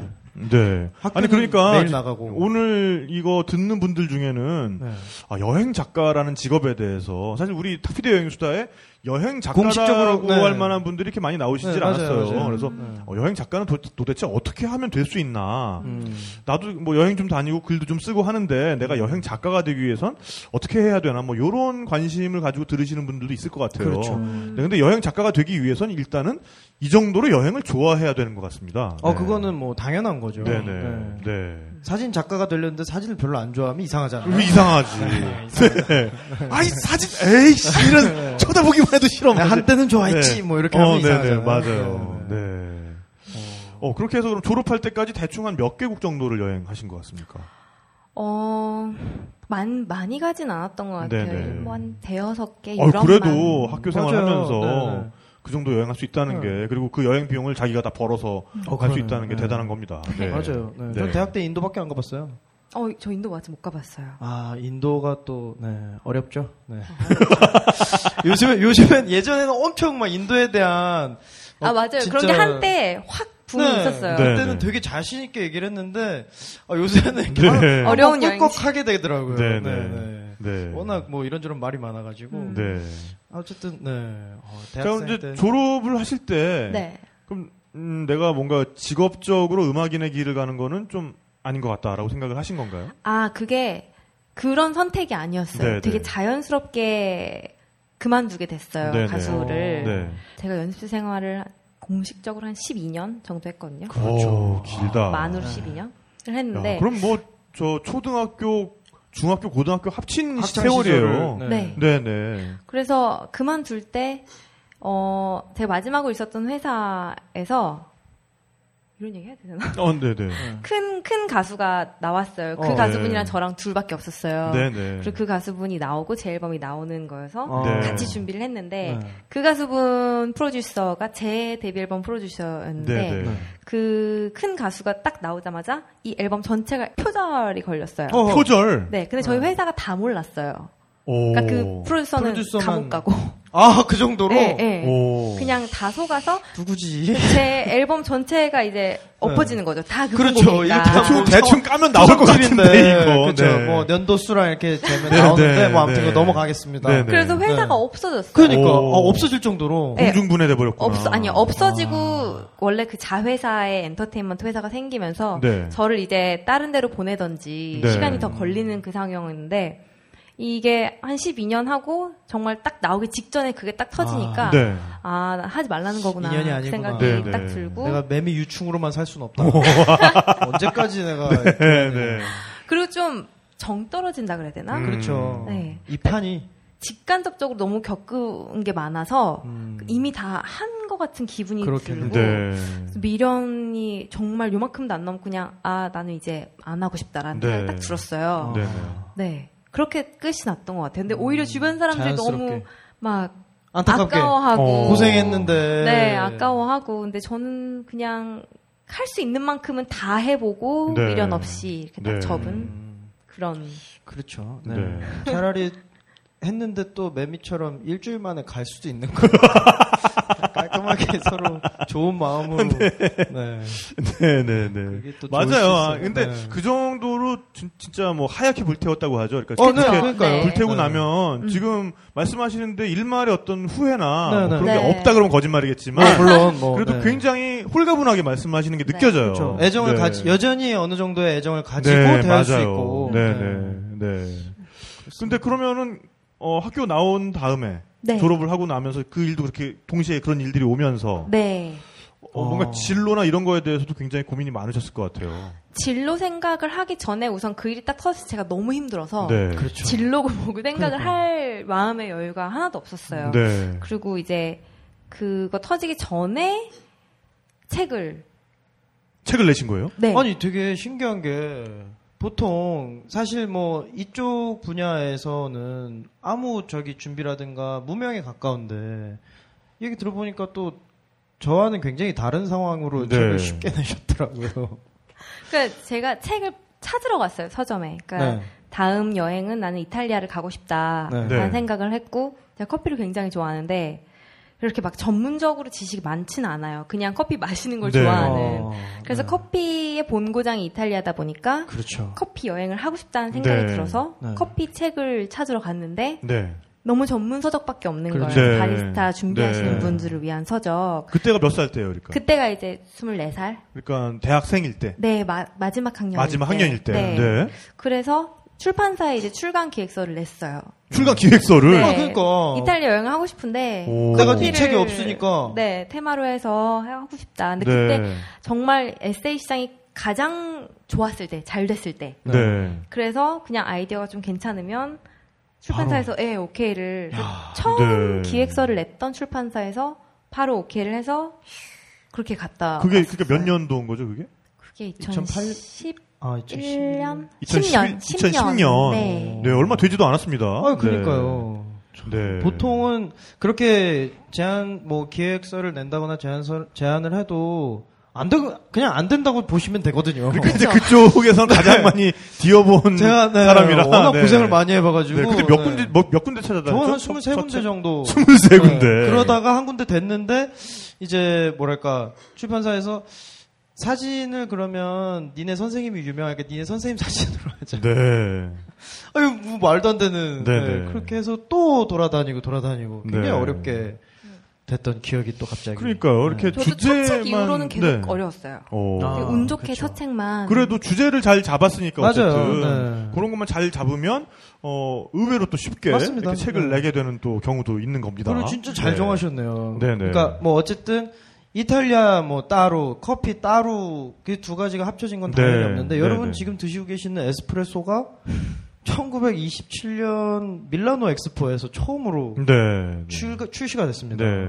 네.
학교는
아니 그러니까
매일 나가고.
오늘 이거 듣는 분들 중에는
네.
아, 여행 작가라는 직업에 대해서 사실 우리 탁피디 여행 수다에 여행 작가라고
공식적으로, 네.
할 만한 분들이 이렇게 많이 나오시질
네, 맞아요,
않았어요.
맞아요.
그래서
네.
어, 여행 작가는 도, 대체 어떻게 하면 될 수 있나?
음.
나도 뭐 여행 좀 다니고 글도 좀 쓰고 하는데 내가 여행 작가가 되기 위해선 어떻게 해야 되나 뭐 요런 관심을 가지고 들으시는 분들도 있을 것 같아요.
그렇죠.
네, 근데 여행 작가가 되기 위해선 일단은 이 정도로 여행을 좋아해야 되는 것 같습니다.
어,
네.
그거는 뭐 당연한 거죠.
네네.
네.
네.
사진 작가가 되려는데 사진을 별로 안 좋아하면
그거
이상하잖아요.
이상하지. 네. 아이 사진 에이씨 이런 쳐다보기만 해도 싫어.
네, 한때는 좋아했지 뭐 이렇게 하면
어, 네네
이상하잖아요.
맞아요.
네,
네. 어 그렇게 해서 그럼 졸업할 때까지 대충 한 몇 개국 정도를 여행하신 것 같습니까?
어, 많, 많이 가진 않았던 것 같아요.
네네.
뭐 한 대여섯 개
어,
유럽만.
그래도 학교
맞아요.
생활하면서
네, 네.
그 정도 여행할 수
네.
있다는 게 그리고 그 여행 비용을 자기가 다 벌어서
어,
갈 수
그러네요.
있다는 게
네.
대단한 겁니다. 네.
맞아요. 네. 전
네.
대학 때 인도밖에 안 가봤어요.
어, 저 인도 아직 못 가봤어요.
아 인도가 또 네, 어렵죠. 네. 요즘에 요즘엔 예전에는 엄청 막 인도에 대한
아,
막
맞아요. 그런 게
어, 진짜-
한때 확 붐이
네,
있었어요.
네.
그때는 되게 자신 있게 얘기를 했는데 아, 요새는 이렇게
네.
막
어려운
꿀꺽하게 되더라고요. 네,
네, 네.
네.
네.
워낙 뭐 이런저런 말이 많아가지고.
음.
네.
아, 어쨌든 네. 어,
자,
대학생
그럼 이제
때
졸업을 하실 때
네.
그럼 음, 내가 뭔가 직업적으로 음악인의 길을 가는 거는 좀 아닌 것 같다라고 생각을 하신 건가요?
아, 그게 그런 선택이 아니었어요.
네네.
되게 자연스럽게 그만두게 됐어요.
네네.
가수를.
네.
제가 연습 생활을 공식적으로 한 12년 정도 했거든요.
그렇죠.
오, 길다.
만으로 12년을 했는데.
야, 그럼 뭐 저 초등학교, 중학교, 고등학교 합친
학창
세월이에요.
시절을,
네.
네, 네.
그래서 그만둘 때, 어, 제가 마지막으로 있었던 회사에서, 이런 얘기 해야 되나?
어, 네, 네.
큰, 큰 가수가 나왔어요. 그
어,
가수분이랑
네.
저랑 둘밖에 없었어요.
네, 네.
그리고 그 가수분이 나오고 제 앨범이 나오는 거여서
어.
네.
같이 준비를 했는데,
네.
그 가수분 프로듀서가 제 데뷔 앨범 프로듀서였는데,
네, 네.
그 큰 가수가 딱 나오자마자 이 앨범 전체가 표절이 걸렸어요.
어.
표절.
네, 근데 저희 회사가 다 몰랐어요.
오. 어.
그러니까 그 프로듀서는
프로듀서만-
감옥 가고.
아, 그 정도로
네, 네.
오.
그냥 다 속아서
누구지? 네,
제 앨범 전체가 이제
네.
엎어지는 거죠. 다그 네.
그렇죠. 이렇게
대충,
어,
하면
대충 까면 나올 것
소속집인데,
같은데, 이거.
그렇죠.
네.
뭐 년도 수랑 이렇게 되면
네,
나오는데
네,
뭐 아무튼
네.
그거 넘어가겠습니다.
네, 네.
그래서 회사가
네.
없어졌어요.
그러니까
오.
어, 없어질 정도로
네.
공중분해돼버렸구나.
없어 아니 없어지고 원래 그 자회사의 엔터테인먼트 회사가 생기면서
네.
저를 이제 다른 데로 보내던지
네.
시간이 더 걸리는 그 상황이었는데 이게 한 12년 하고 정말 딱 나오기 직전에 그게 딱 터지니까 아,
네.
나 하지 말라는 거구나
인연이
그
아니구나.
생각이
네, 네.
딱 들고
내가 매미 유충으로만 살 수는 없다. 언제까지 내가
네, 네.
그리고 좀 정 떨어진다 그래야 되나?
음.
그렇죠.
네.
이 판이
직간접적으로 너무 겪은 게 많아서
음.
그 이미 다 한 것 같은 기분이
그렇겠네요.
들고
네.
미련이 정말 요만큼도 안 넘고 그냥 아 나는 이제 안 하고 싶다라는
네.
생각이 딱 들었어요.
네, 네.
네. 그렇게 끝이 났던 것 같아요. 근데 오히려 주변 사람들이
자연스럽게.
너무 막
안타깝게
아까워하고
어.
고생했는데
네 아까워하고 근데 저는 그냥 할 수 있는 만큼은 다 해보고
네.
미련 없이 이렇게 딱
네.
접은
음,
그런
그렇죠. 네.
네.
차라리 했는데 또 매미처럼 일주일 만에 갈 수도 있는 거. 깔끔하게 서로 좋은 마음으로. 네.
네, 네, 네.
그게 또 좋을 수
맞아요.
있어요.
아, 근데
네.
그 정도로 진, 진짜 뭐 하얗게 불태웠다고 하죠. 그러니까
어, 네,
그렇게
그러니까요.
불태우고
네.
나면
음.
지금 말씀하시는데 일말의 어떤 후회나
네,
뭐
네.
그런 게
네.
없다 그러면 거짓말이겠지만
뭐 물론 뭐
그래도
네.
굉장히 홀가분하게 말씀하시는 게
네.
느껴져요.
그렇죠. 애정을
네.
가지 여전히 어느 정도의 애정을 가지고
네,
대할 수
맞아요.
있고.
네,
네.
네, 네. 근데 그러면은 어, 학교 나온 다음에
네.
졸업을 하고 나면서 그 일도 그렇게 동시에 그런 일들이 오면서
네.
어, 뭔가 진로나 이런 거에 대해서도 굉장히 고민이 많으셨을 것 같아요.
진로 생각을 하기 전에 우선 그 일이 딱 터져서 제가 너무 힘들어서
네.
그렇죠.
진로고 뭐고 생각을 할 마음의 여유가 하나도 없었어요.
네.
그리고 이제 그거 터지기 전에 책을
책을 내신 거예요?
네.
아니 되게 신기한 게 보통 사실 뭐 이쪽 분야에서는 아무 저기 준비라든가 무명에 가까운데 얘기 들어보니까 또 저와는 굉장히 다른 상황으로
네.
책을 쉽게 내셨더라고요.
그러니까 제가 책을 찾으러 갔어요 서점에. 그러니까
네.
다음 여행은 나는 이탈리아를 가고 싶다라는
네. 네.
생각을 했고 제가 커피를 굉장히 좋아하는데 이렇게 막 전문적으로 지식이 많지는 않아요. 그냥 커피 마시는 걸
네.
좋아하는.
어,
그래서
네.
커피의 본고장이 이탈리아다 보니까
그렇죠.
커피 여행을 하고 싶다는
네.
생각이 들어서
네.
커피 책을 찾으러 갔는데
네.
너무 전문 서적밖에 없는
그렇죠.
거예요.
네.
바리스타 준비하시는
네.
분들을 위한 서적.
그때가 몇 살 때예요, 그러니까?
그때가 이제 24살?
그러니까 대학생일 때.
네, 마, 지막 학년.
마지막 학년일 때.
네.
네.
그래서 출판사에 이제 출간 기획서를 냈어요.
출간 기획서를.
네.
아, 그러니까
이탈리아 여행을 하고 싶은데
어. 오.
내가
커피를-
이 책이 없으니까
네, 테마로 해서 하고 싶다. 근데 그때
네.
정말 에세이 시장이 가장 좋았을 때, 잘 됐을 때.
네.
그래서 그냥 아이디어가 좀 괜찮으면 출판사에서 예, 오케이를
네.
처음 기획서를 냈던 출판사에서 바로 오케이를 해서 그렇게 갔다.
그게
왔었어요.
그게 몇 년도인 거죠, 그게?
그게
2008?
2011년,
아,
10년,
2011,
10년. 네.
네, 얼마 되지도 않았습니다.
아, 그러니까요.
네.
보통은 그렇게 제안 뭐 기획서를 낸다거나 제안서 제안을 해도 안 되고 그냥 안 된다고 보시면 되거든요.
그러니까 이제
그렇죠.
그쪽에서는 가장 많이 뒤어본
네. 제가 네,
사람이라
워낙
네.
고생을 많이 해봐가지고
네, 근데 몇
네.
군데 몇, 몇 군데 찾아다녔죠?
저는 한 23군데 정도
23군데.
네, 그러다가 한 군데 됐는데 이제 뭐랄까 출판사에서 사진을 그러면 니네 선생님이 유명하니까 니네 선생님 사진으로 하자.
네.
아유 뭐 말도 안 되는. 네,
네네.
그렇게 해서 또 돌아다니고 돌아다니고 굉장히
네.
어렵게 됐던 기억이 또 갑자기.
그러니까요.
네.
이렇게
저도
주제만
첫 책 이후로는 계속
네.
어려웠어요.
어.
아,
운 좋게
그쵸.
첫 책만.
그래도 주제를 잘 잡았으니까
맞아요.
어쨌든
네.
그런 것만 잘 잡으면 어 의외로 또 쉽게
맞습니다.
이렇게 책을
네.
내게 되는 또 경우도 있는 겁니다.
그리고 진짜 잘
네.
정하셨네요.
네네.
그러니까 뭐 어쨌든 이탈리아 뭐 따로 커피 따로 그 두 가지가 합쳐진 건
네.
당연히 없는데 여러분
네네.
지금 드시고 계시는 에스프레소가 1927년 밀라노 엑스포에서 처음으로
네. 네.
출, 출시가 됐습니다.
네.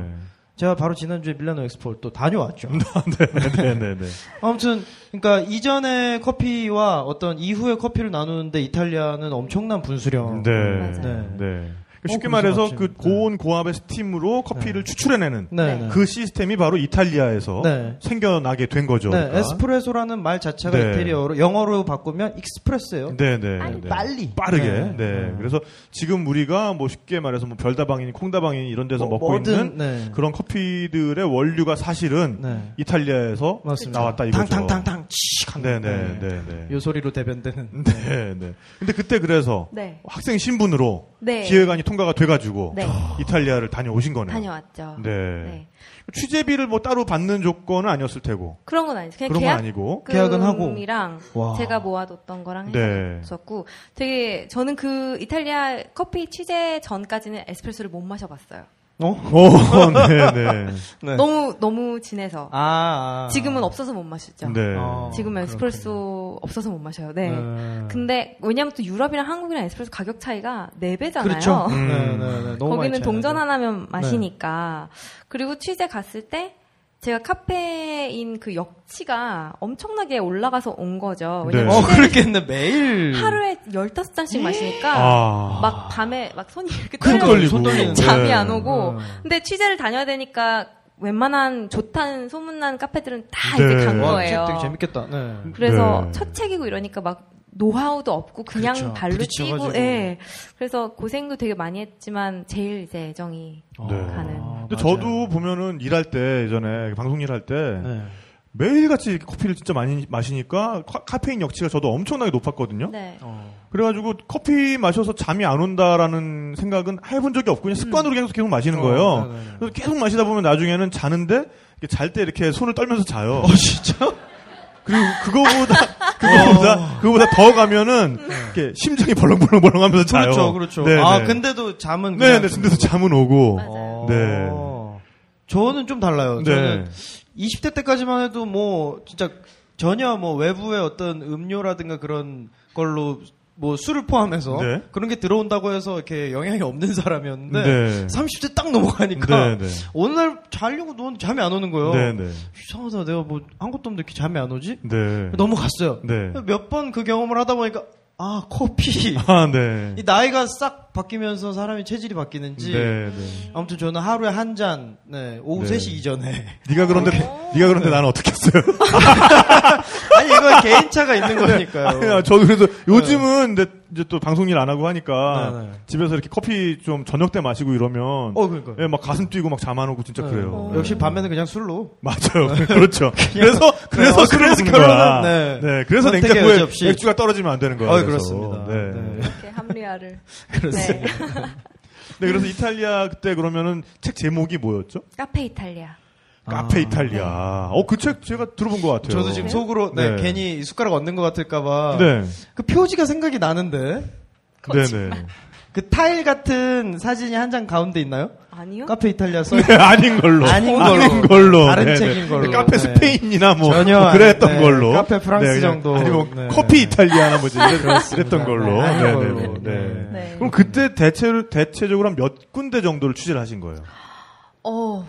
제가 바로 지난주에 밀라노 엑스포를 또 다녀왔죠.
네, 네, 네.
아무튼 그러니까 이전의 커피와 어떤 이후의 커피를 나누는데 이탈리아는 엄청난 분수령.
네.
맞아요.
네.
어, 네.
네.
어,
쉽게
그래서
말해서
마침,
그
네.
고온 고압의 스팀으로 커피를 추출해내는
네.
네.
네.
그 시스템이 바로 이탈리아에서
네.
생겨나게 된 거죠.
네,
그러니까.
에스프레소라는 말 자체가
네.
이태리어로 영어로 바꾸면 익스프레스예요.
네, 네,
빨리,
네.
빨리.
빠르게. 네.
네. 네.
그래서 지금 우리가 뭐 쉽게 말해서 뭐 별다방이니 콩다방이니 이런 데서 먹고 있는
네.
그런 커피들의 원류가 사실은
네.
이탈리아에서
맞습니다.
나왔다 이거죠.
탕탕탕탕 치익 한
네,
거.
네, 네, 네.
요 소리로 대변되는.
네, 네. 근데 그때 그래서
네.
학생 신분으로
네.
기획안이 통과가 돼가지고
네.
이탈리아를 다녀오신 거네요.
다녀왔죠.
네.
네.
취재비를 뭐 따로 받는 조건은 아니었을 테고
그런 건 아니죠. 그냥
그런 건
계약
아니고.
계약은 하고.
이랑
와.
제가 뭐 모아뒀던 거랑
네.
했었고 되게 저는 그 이탈리아 커피 취재 전까지는 에스프레소를 못 마셔봤어요.
어?
오, 네, 네.
네.
너무 너무 진해서
아, 아.
지금은 없어서 못 마시죠. 아.
네.
어.
지금
그렇군요.
에스프레소 없어서 못 마셔요. 네.
네.
근데 왜냐하면 또 유럽이랑 한국이랑 에스프레소 가격 차이가 네 배잖아요.
그렇죠.
음.
네, 네, 네. 너무 많이
거기는
차이나죠. 네.
동전 하나면 마시니까. 그리고 취재 갔을 때 제가 카페인 그 역치가 엄청나게 올라가서 온 거죠. 왜냐면
네.
어,
취재를
그랬겠네. 음. 매일
하루에 15잔씩 마시니까
아.
막 밤에 막 손이 이렇게
손
떨려요.
손 떨리는데.
잠이
네.
안 오고.
네.
근데 취재를 다녀야 되니까 웬만한 좋다는 소문난 카페들은 다
네.
이제 간
와,
와,
거예요.
진짜 뭐 되게 재밌겠다. 네.
그래서
네.
첫 책이고 이러니까 막 노하우도 없고 그냥
그렇죠.
발로
부딪혀가지고.
뛰고 예. 그래서 고생도 되게 많이 했지만 제일 이제 애정이
어,
가는.
근데 저도 보면은 일할 때 예전에 방송 일할 때
네.
매일같이 이렇게 커피를 진짜 많이 마시니까 카- 카페인 역치가 저도 엄청나게 높았거든요.
네.
어.
그래가지고 커피 마셔서 잠이 안 온다라는 생각은 해본 적이 없고 그냥 습관으로 계속 계속 마시는
어,
거예요.
네, 네, 네.
그래서 계속 마시다 보면 나중에는 자는데 잘 때 이렇게 손을 떨면서 자요.
어, 진짜?
그리고 그거보다
어.
그거보다 그거보다 더 가면은 이렇게 심장이 벌렁벌렁벌렁하면서 자요.
네. 그렇죠, 그렇죠.
네,
아,
네.
근데도 잠은.
네,
그냥
네, 근데도 잠은 오고.
맞아요.
네. 저는 좀 달라요.
네,
어, 저는 20대 때까지만 해도 뭐 진짜 전혀 뭐 외부의 어떤 음료라든가 그런 걸로 뭐 술을 포함해서
네.
그런 게 들어온다고 해서 이렇게 영향이 없는 사람이었는데
네.
30대 딱 넘어가니까
네, 네.
어느 날 자려고 누웠는데 잠이 안 오는 거예요.
네, 네.
이상하다 내가 뭐 한 것도 없는데 이렇게 잠이 안 오지?
네.
넘어갔어요.
네.
몇 번 그 경험을 하다 보니까 아 커피
아, 네.
이 나이가 싹 바뀌면서 사람이 체질이 바뀌는지
네, 네.
아무튼 저는 하루에 한 잔 네, 오후
네.
3시 이전에
네가 그런데
아,
네가 그런데 나는 어떻게 했어요?
아니 이건 개인차가 있는 거니까요.
아, 저도 그래서 요즘은 근데 이제 또 방송 일 안 하고 하니까
네, 네.
집에서 이렇게 커피 좀 저녁 때 마시고 이러면
어 그러니까
예, 막 가슴 뛰고 막 잠 안 오고 진짜 그래요. 네.
어.
역시 밤에는 그냥 술로
맞아요. 그렇죠. 그래서 그래서
어,
술을
그래서
먹는 거야.
결혼은, 네.
그래서
선택의
냉장고에
여지 없이.
맥주가 떨어지면 안 되는 거야.
어
그래서.
그렇습니다.
네.
네.
이렇게 합리화를.
그렇습니다.
네.
네, 그래서 이탈리아 그때 그러면은 책 제목이 뭐였죠?
카페 이탈리아.
카페 이탈리아. 어, 그 책 제가 들어본 것 같아요.
네. 저도 지금 속으로 네,
네.
괜히 숟가락 얻는 것 같을까봐
네.
그 표지가 생각이 나는데
네, 네.
그 타일 같은 사진이 한 장 가운데 있나요?
아니요?
카페 이탈리아 써
네, 아닌 걸로.
아닌 걸로. 다른 책인 걸로. 네.
카페 스페인이나 뭐,
전혀
뭐 그랬던
아니- 네,
걸로.
카페 프랑스
그냥
정도.
아니면 뭐
네.
커피 이탈리아나 뭐지. 그랬던 걸로.
네, 아닌
네,
걸로.
네, 네.
네.
네.
그럼 그때 대체로, 대체적으로 한 몇 군데 정도를 취재를 하신 거예요?
어,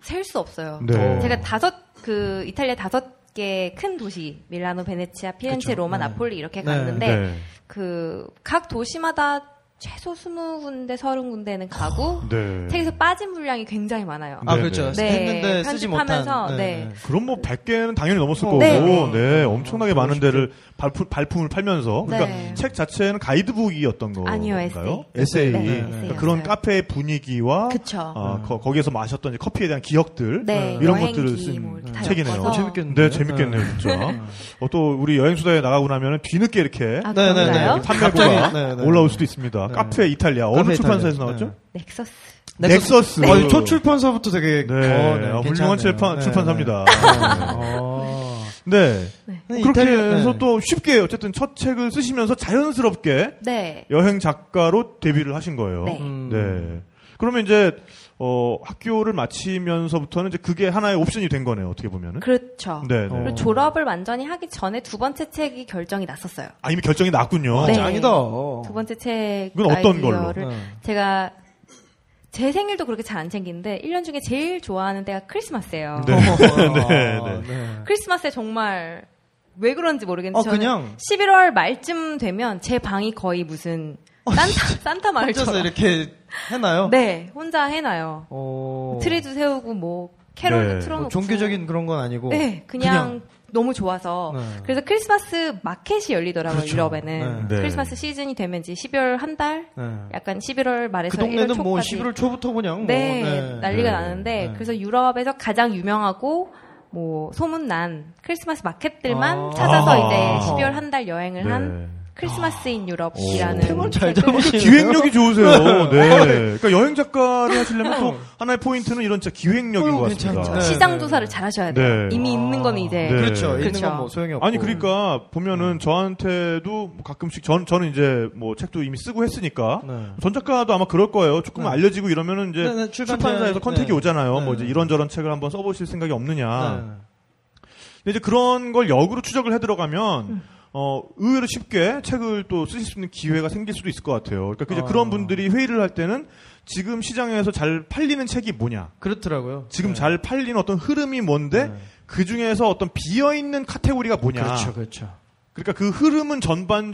셀 수 없어요.
네.
제가 다섯, 그, 이탈리아 다섯 개 큰 도시, 밀라노, 베네치아, 피렌체,
그쵸.
로마,
네.
나폴리 이렇게
네.
갔는데, 그, 각 도시마다 최소 스무 군데, 서른 군데는 가고,
네.
책에서 빠진 분량이 굉장히 많아요.
아
네,
그렇죠.
네.
했는데 쓰지 못한.
편집하면서, 네.
그럼 뭐 100개는 당연히 넘었을
어,
거고,
네.
네,
어,
엄청나게 많은 데를 발품, 발품을 팔면서, 그러니까
네.
책 자체는 가이드북이었던 건가요?
아니요,
에세이.
네,
네,
그러니까
에세이였어요.
그런 카페의 분위기와
네.
그쵸.
음.
아, 거, 기에서 마셨던 이제 커피에 대한 기억들
네,
이런
여행기
것들을 쓴
뭐 이렇게 다
책이네요.
엮어서.
재밌겠는데?
네, 재밌겠네요, 진짜. 어, 또 우리 여행 수다에 나가고 나면 뒤늦게 이렇게
아,
네, 네, 네.
그런가요?
판매고가
갑자기, 네, 네.
올라올 수도 있습니다.
네.
카페 이탈리아 어느
카페
출판사에서
이탈리아.
나왔죠?
네.
넥서스.
넥서스.
어, 초출판사부터 되게 어,
네,
네, 괜찮네요.
아, 훌륭한 출판
네.
출판사입니다.
어.
네.
근데
그렇게
이탈리아-
해서
네.
또 쉽게 어쨌든 첫 책을 쓰시면서 자연스럽게
네.
여행 작가로 데뷔를 하신 거예요.
네.
음.
네. 그러면 이제 어, 학교를 마치면서부터는 이제 그게 하나의 옵션이 된 거네요. 어떻게 보면은.
그렇죠.
네.
어.
네.
그리고 졸업을 완전히 하기 전에 두 번째 책이 결정이 났었어요.
아 이미 결정이 났군요.
네.
짱이다.
두 번째 책
이건 어떤 걸로?
아이디어를
네.
제가 제 생일도 그렇게 잘 안 챙기는데 1년 중에 제일 좋아하는 때가 크리스마스예요.
네.
네, 네.
크리스마스에 정말 왜 그런지 모르겠는데
어,
저는
그냥?
11월 말쯤 되면 제 방이 거의 무슨 산타 산타
혼자서
마을처럼
이렇게 해나요?
네 혼자 해놔요.
어.
트리도 세우고 뭐 캐롤도
네.
틀어놓고
뭐 종교적인 그런 건 아니고.
네, 그냥, 너무 좋아서.
네.
그래서 크리스마스 마켓이 열리더라고요,
그렇죠.
유럽에는.
네. 네.
크리스마스 시즌이 되면 이제 12월 한 달?
그냥. 네.
약간 11월 말에서
그
1월
동네는
초까지.
뭐 11월 초부터 그냥
네,
뭐.
난리가
네.
나는데
네.
그래서 유럽에서 가장 유명하고 뭐 소문난 크리스마스 마켓들만
아.
찾아서
아.
이제 12월 한 달
네.
여행을 한 크리스마스인 유럽이라는
템을 잘
책을-
잡으시네요.
그 기획력이 좋으세요. 네. 그러니까 여행 작가를 하시려면 또 하나의 포인트는 이런 진짜 기획력인
어,
것 같습니다.
괜찮죠. 네.
시장 조사를 잘 하셔야 돼요.
네.
이미 있는 거는 이제
네.
그렇죠. 있는
그렇죠.
건 뭐 소용이 없고. 음.
아니 그러니까 보면은 저한테도 뭐 가끔씩 전 저는 이제 뭐 책도 이미 쓰고 했으니까
네.
전 작가도 아마 그럴 거예요. 조금
네.
알려지고 이러면은 이제
네, 네, 출판사-
출판사에서 컨택이
네.
오잖아요.
네.
뭐 이제 이런저런 책을 한번 써보실 생각이 없느냐.
네.
근데 이제 그런 걸 역으로 추적을 해 들어가면
음.
어 의외로 쉽게 책을 또 쓰실 수 있는 기회가 생길 수도 있을 것 같아요. 그러니까 이제
아.
그런 분들이 회의를 할 때는 지금 시장에서 잘 팔리는 책이 뭐냐,
그렇더라고요. 네.
지금 잘 팔리는 어떤 흐름이 뭔데
네.
그 중에서 어떤 비어 있는 카테고리가 뭐냐.
그렇죠, 그렇죠.
그러니까 그 흐름은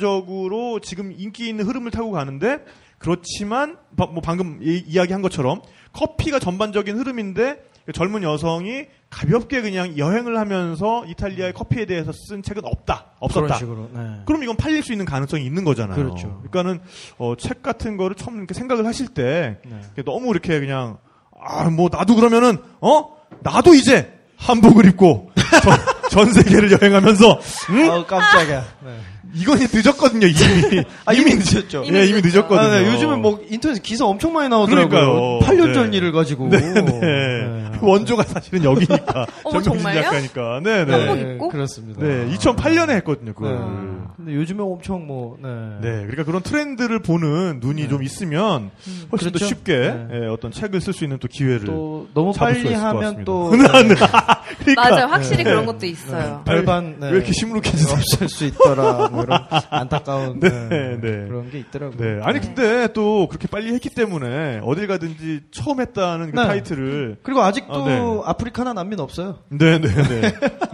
전반적으로 지금 인기 있는 흐름을 타고 가는데 그렇지만 바- 뭐 방금 이, 야기한 것처럼 커피가 전반적인 흐름인데 그 젊은 여성이 가볍게 그냥 여행을 하면서 이탈리아의 커피에 대해서 쓴 책은 없다
그런
없었다.
식으로. 네.
그럼 이건 팔릴 수 있는 가능성이 있는 거잖아요.
그렇죠.
그러니까는 어, 책 같은 거를 처음 이렇게 생각을 하실 때
네.
이렇게 너무 이렇게 그냥 아 뭐 나도 그러면은 어 나도 이제 한복을 입고 저- 전 세계를 여행하면서
네.
응?
아우 깜짝이야. 네.
이건 늦었거든요 이미.
아 이미 늦었죠.
예, 이미 늦었거든요.
아, 네. 요즘은 뭐 인터넷 기사 엄청 많이 나오더라고요.
그러니까요.
8년
네.
전 일을 가지고.
네, 네. 원조가 사실은 여기니까
어머,
정동진
정말요?
작가니까. 네,
한복
네.
입고?
그렇습니다.
네, 2008년에
네.
했거든요 그걸.
근데 요즘에 엄청 뭐. 네.
네, 그러니까 그런 트렌드를 보는 눈이 좀 있으면 훨씬 더
그렇죠?
쉽게
네.
예, 어떤 책을 쓸 수 있는 또 기회를
또 너무
잡을 수가
빨리
있을 것
하면 네,
같습니다.
또.
그러니까
맞아요. 확실히
네.
그런 것도 있어요.
별반 네.
왜 이렇게 시무룩해지지?
없앨 수 있더라 뭐 이런 안타까운
네,
네,
네.
그런 게 있더라고요.
네. 아니 근데 또 그렇게 빨리 했기 때문에 어딜 가든지 처음 했다는 그
네.
타이틀을
그리고 아직도
아, 네.
아프리카나 난민 없어요.
네, 네, 네.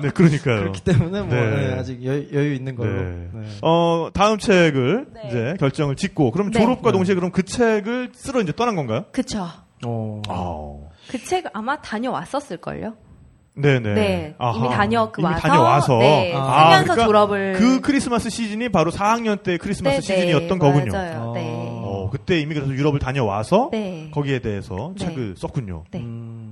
네, 그러니까요.
그렇기 때문에 뭐
네.
네, 아직 여, 유 있는 걸로.
네.
네.
어, 다음 책을
네.
이제 결정을 짓고 그럼
네.
졸업과
네.
동시에 그럼 그 책을 쓰러 이제 떠난 건가요?
그쵸.
어.
아.
그 책 아마 다녀왔었을걸요?
네, 네.
네. 이미 다녀, 그 와서.
다녀와서.
네,
아,
쓰면서 졸업을.
그 크리스마스 시즌이 바로 4학년 때 크리스마스
네,
시즌이었던
네,
거군요.
맞아요. 네.
어, 그때 이미 그래서 유럽을 다녀와서
네.
거기에 대해서
네.
책을 썼군요.
네.
음.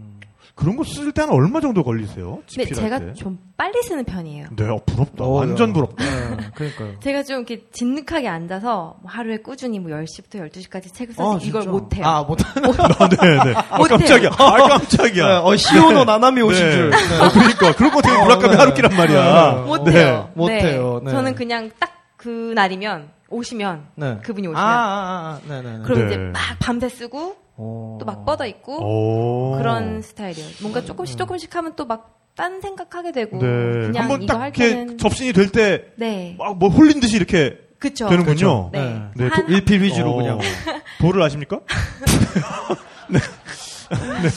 그런 거 쓸 때는 얼마 정도 걸리세요? 집필할
근데 네, 제가
때?
좀 빨리 쓰는 편이에요.
네, 어, 부럽다.
어,
완전
야.
부럽다.
네, 그러니까요.
제가 좀 이렇게 진득하게 앉아서 뭐 하루에 꾸준히 뭐 10시부터 12시까지 책을 써서
아,
이걸
진짜?
못해요.
아, 못하는.
아, 네, 네. 아,
못해요.
깜짝이야. 아, 깜짝이야.
네, 어, 시오노 나나미 오신
네.
줄. 네.
어, 그러니까. 그런 거 되게 무라카미
네.
하루키란 말이야.
네.
못해요.
네, 못해요. 네.
저는 그냥 딱 그날이면 오시면
네.
그분이
아,
오시면
아, 아, 아, 네, 네, 네.
그럼
네.
이제 막 밤새 쓰고 또 막 뻗어 있고
오.
그런 스타일이에요. 뭔가 조금씩 조금씩 하면 또 막 딴 생각하게 되고
음. 네.
그냥
한번
이거
딱
할
이렇게
때는
접신이 될 때 막 뭐
네
홀린 듯이 이렇게
그쵸
그렇죠.
되는군요.
네.
네,
한-
도-
일필 위주로
어.
그냥.
도를 아십니까?
한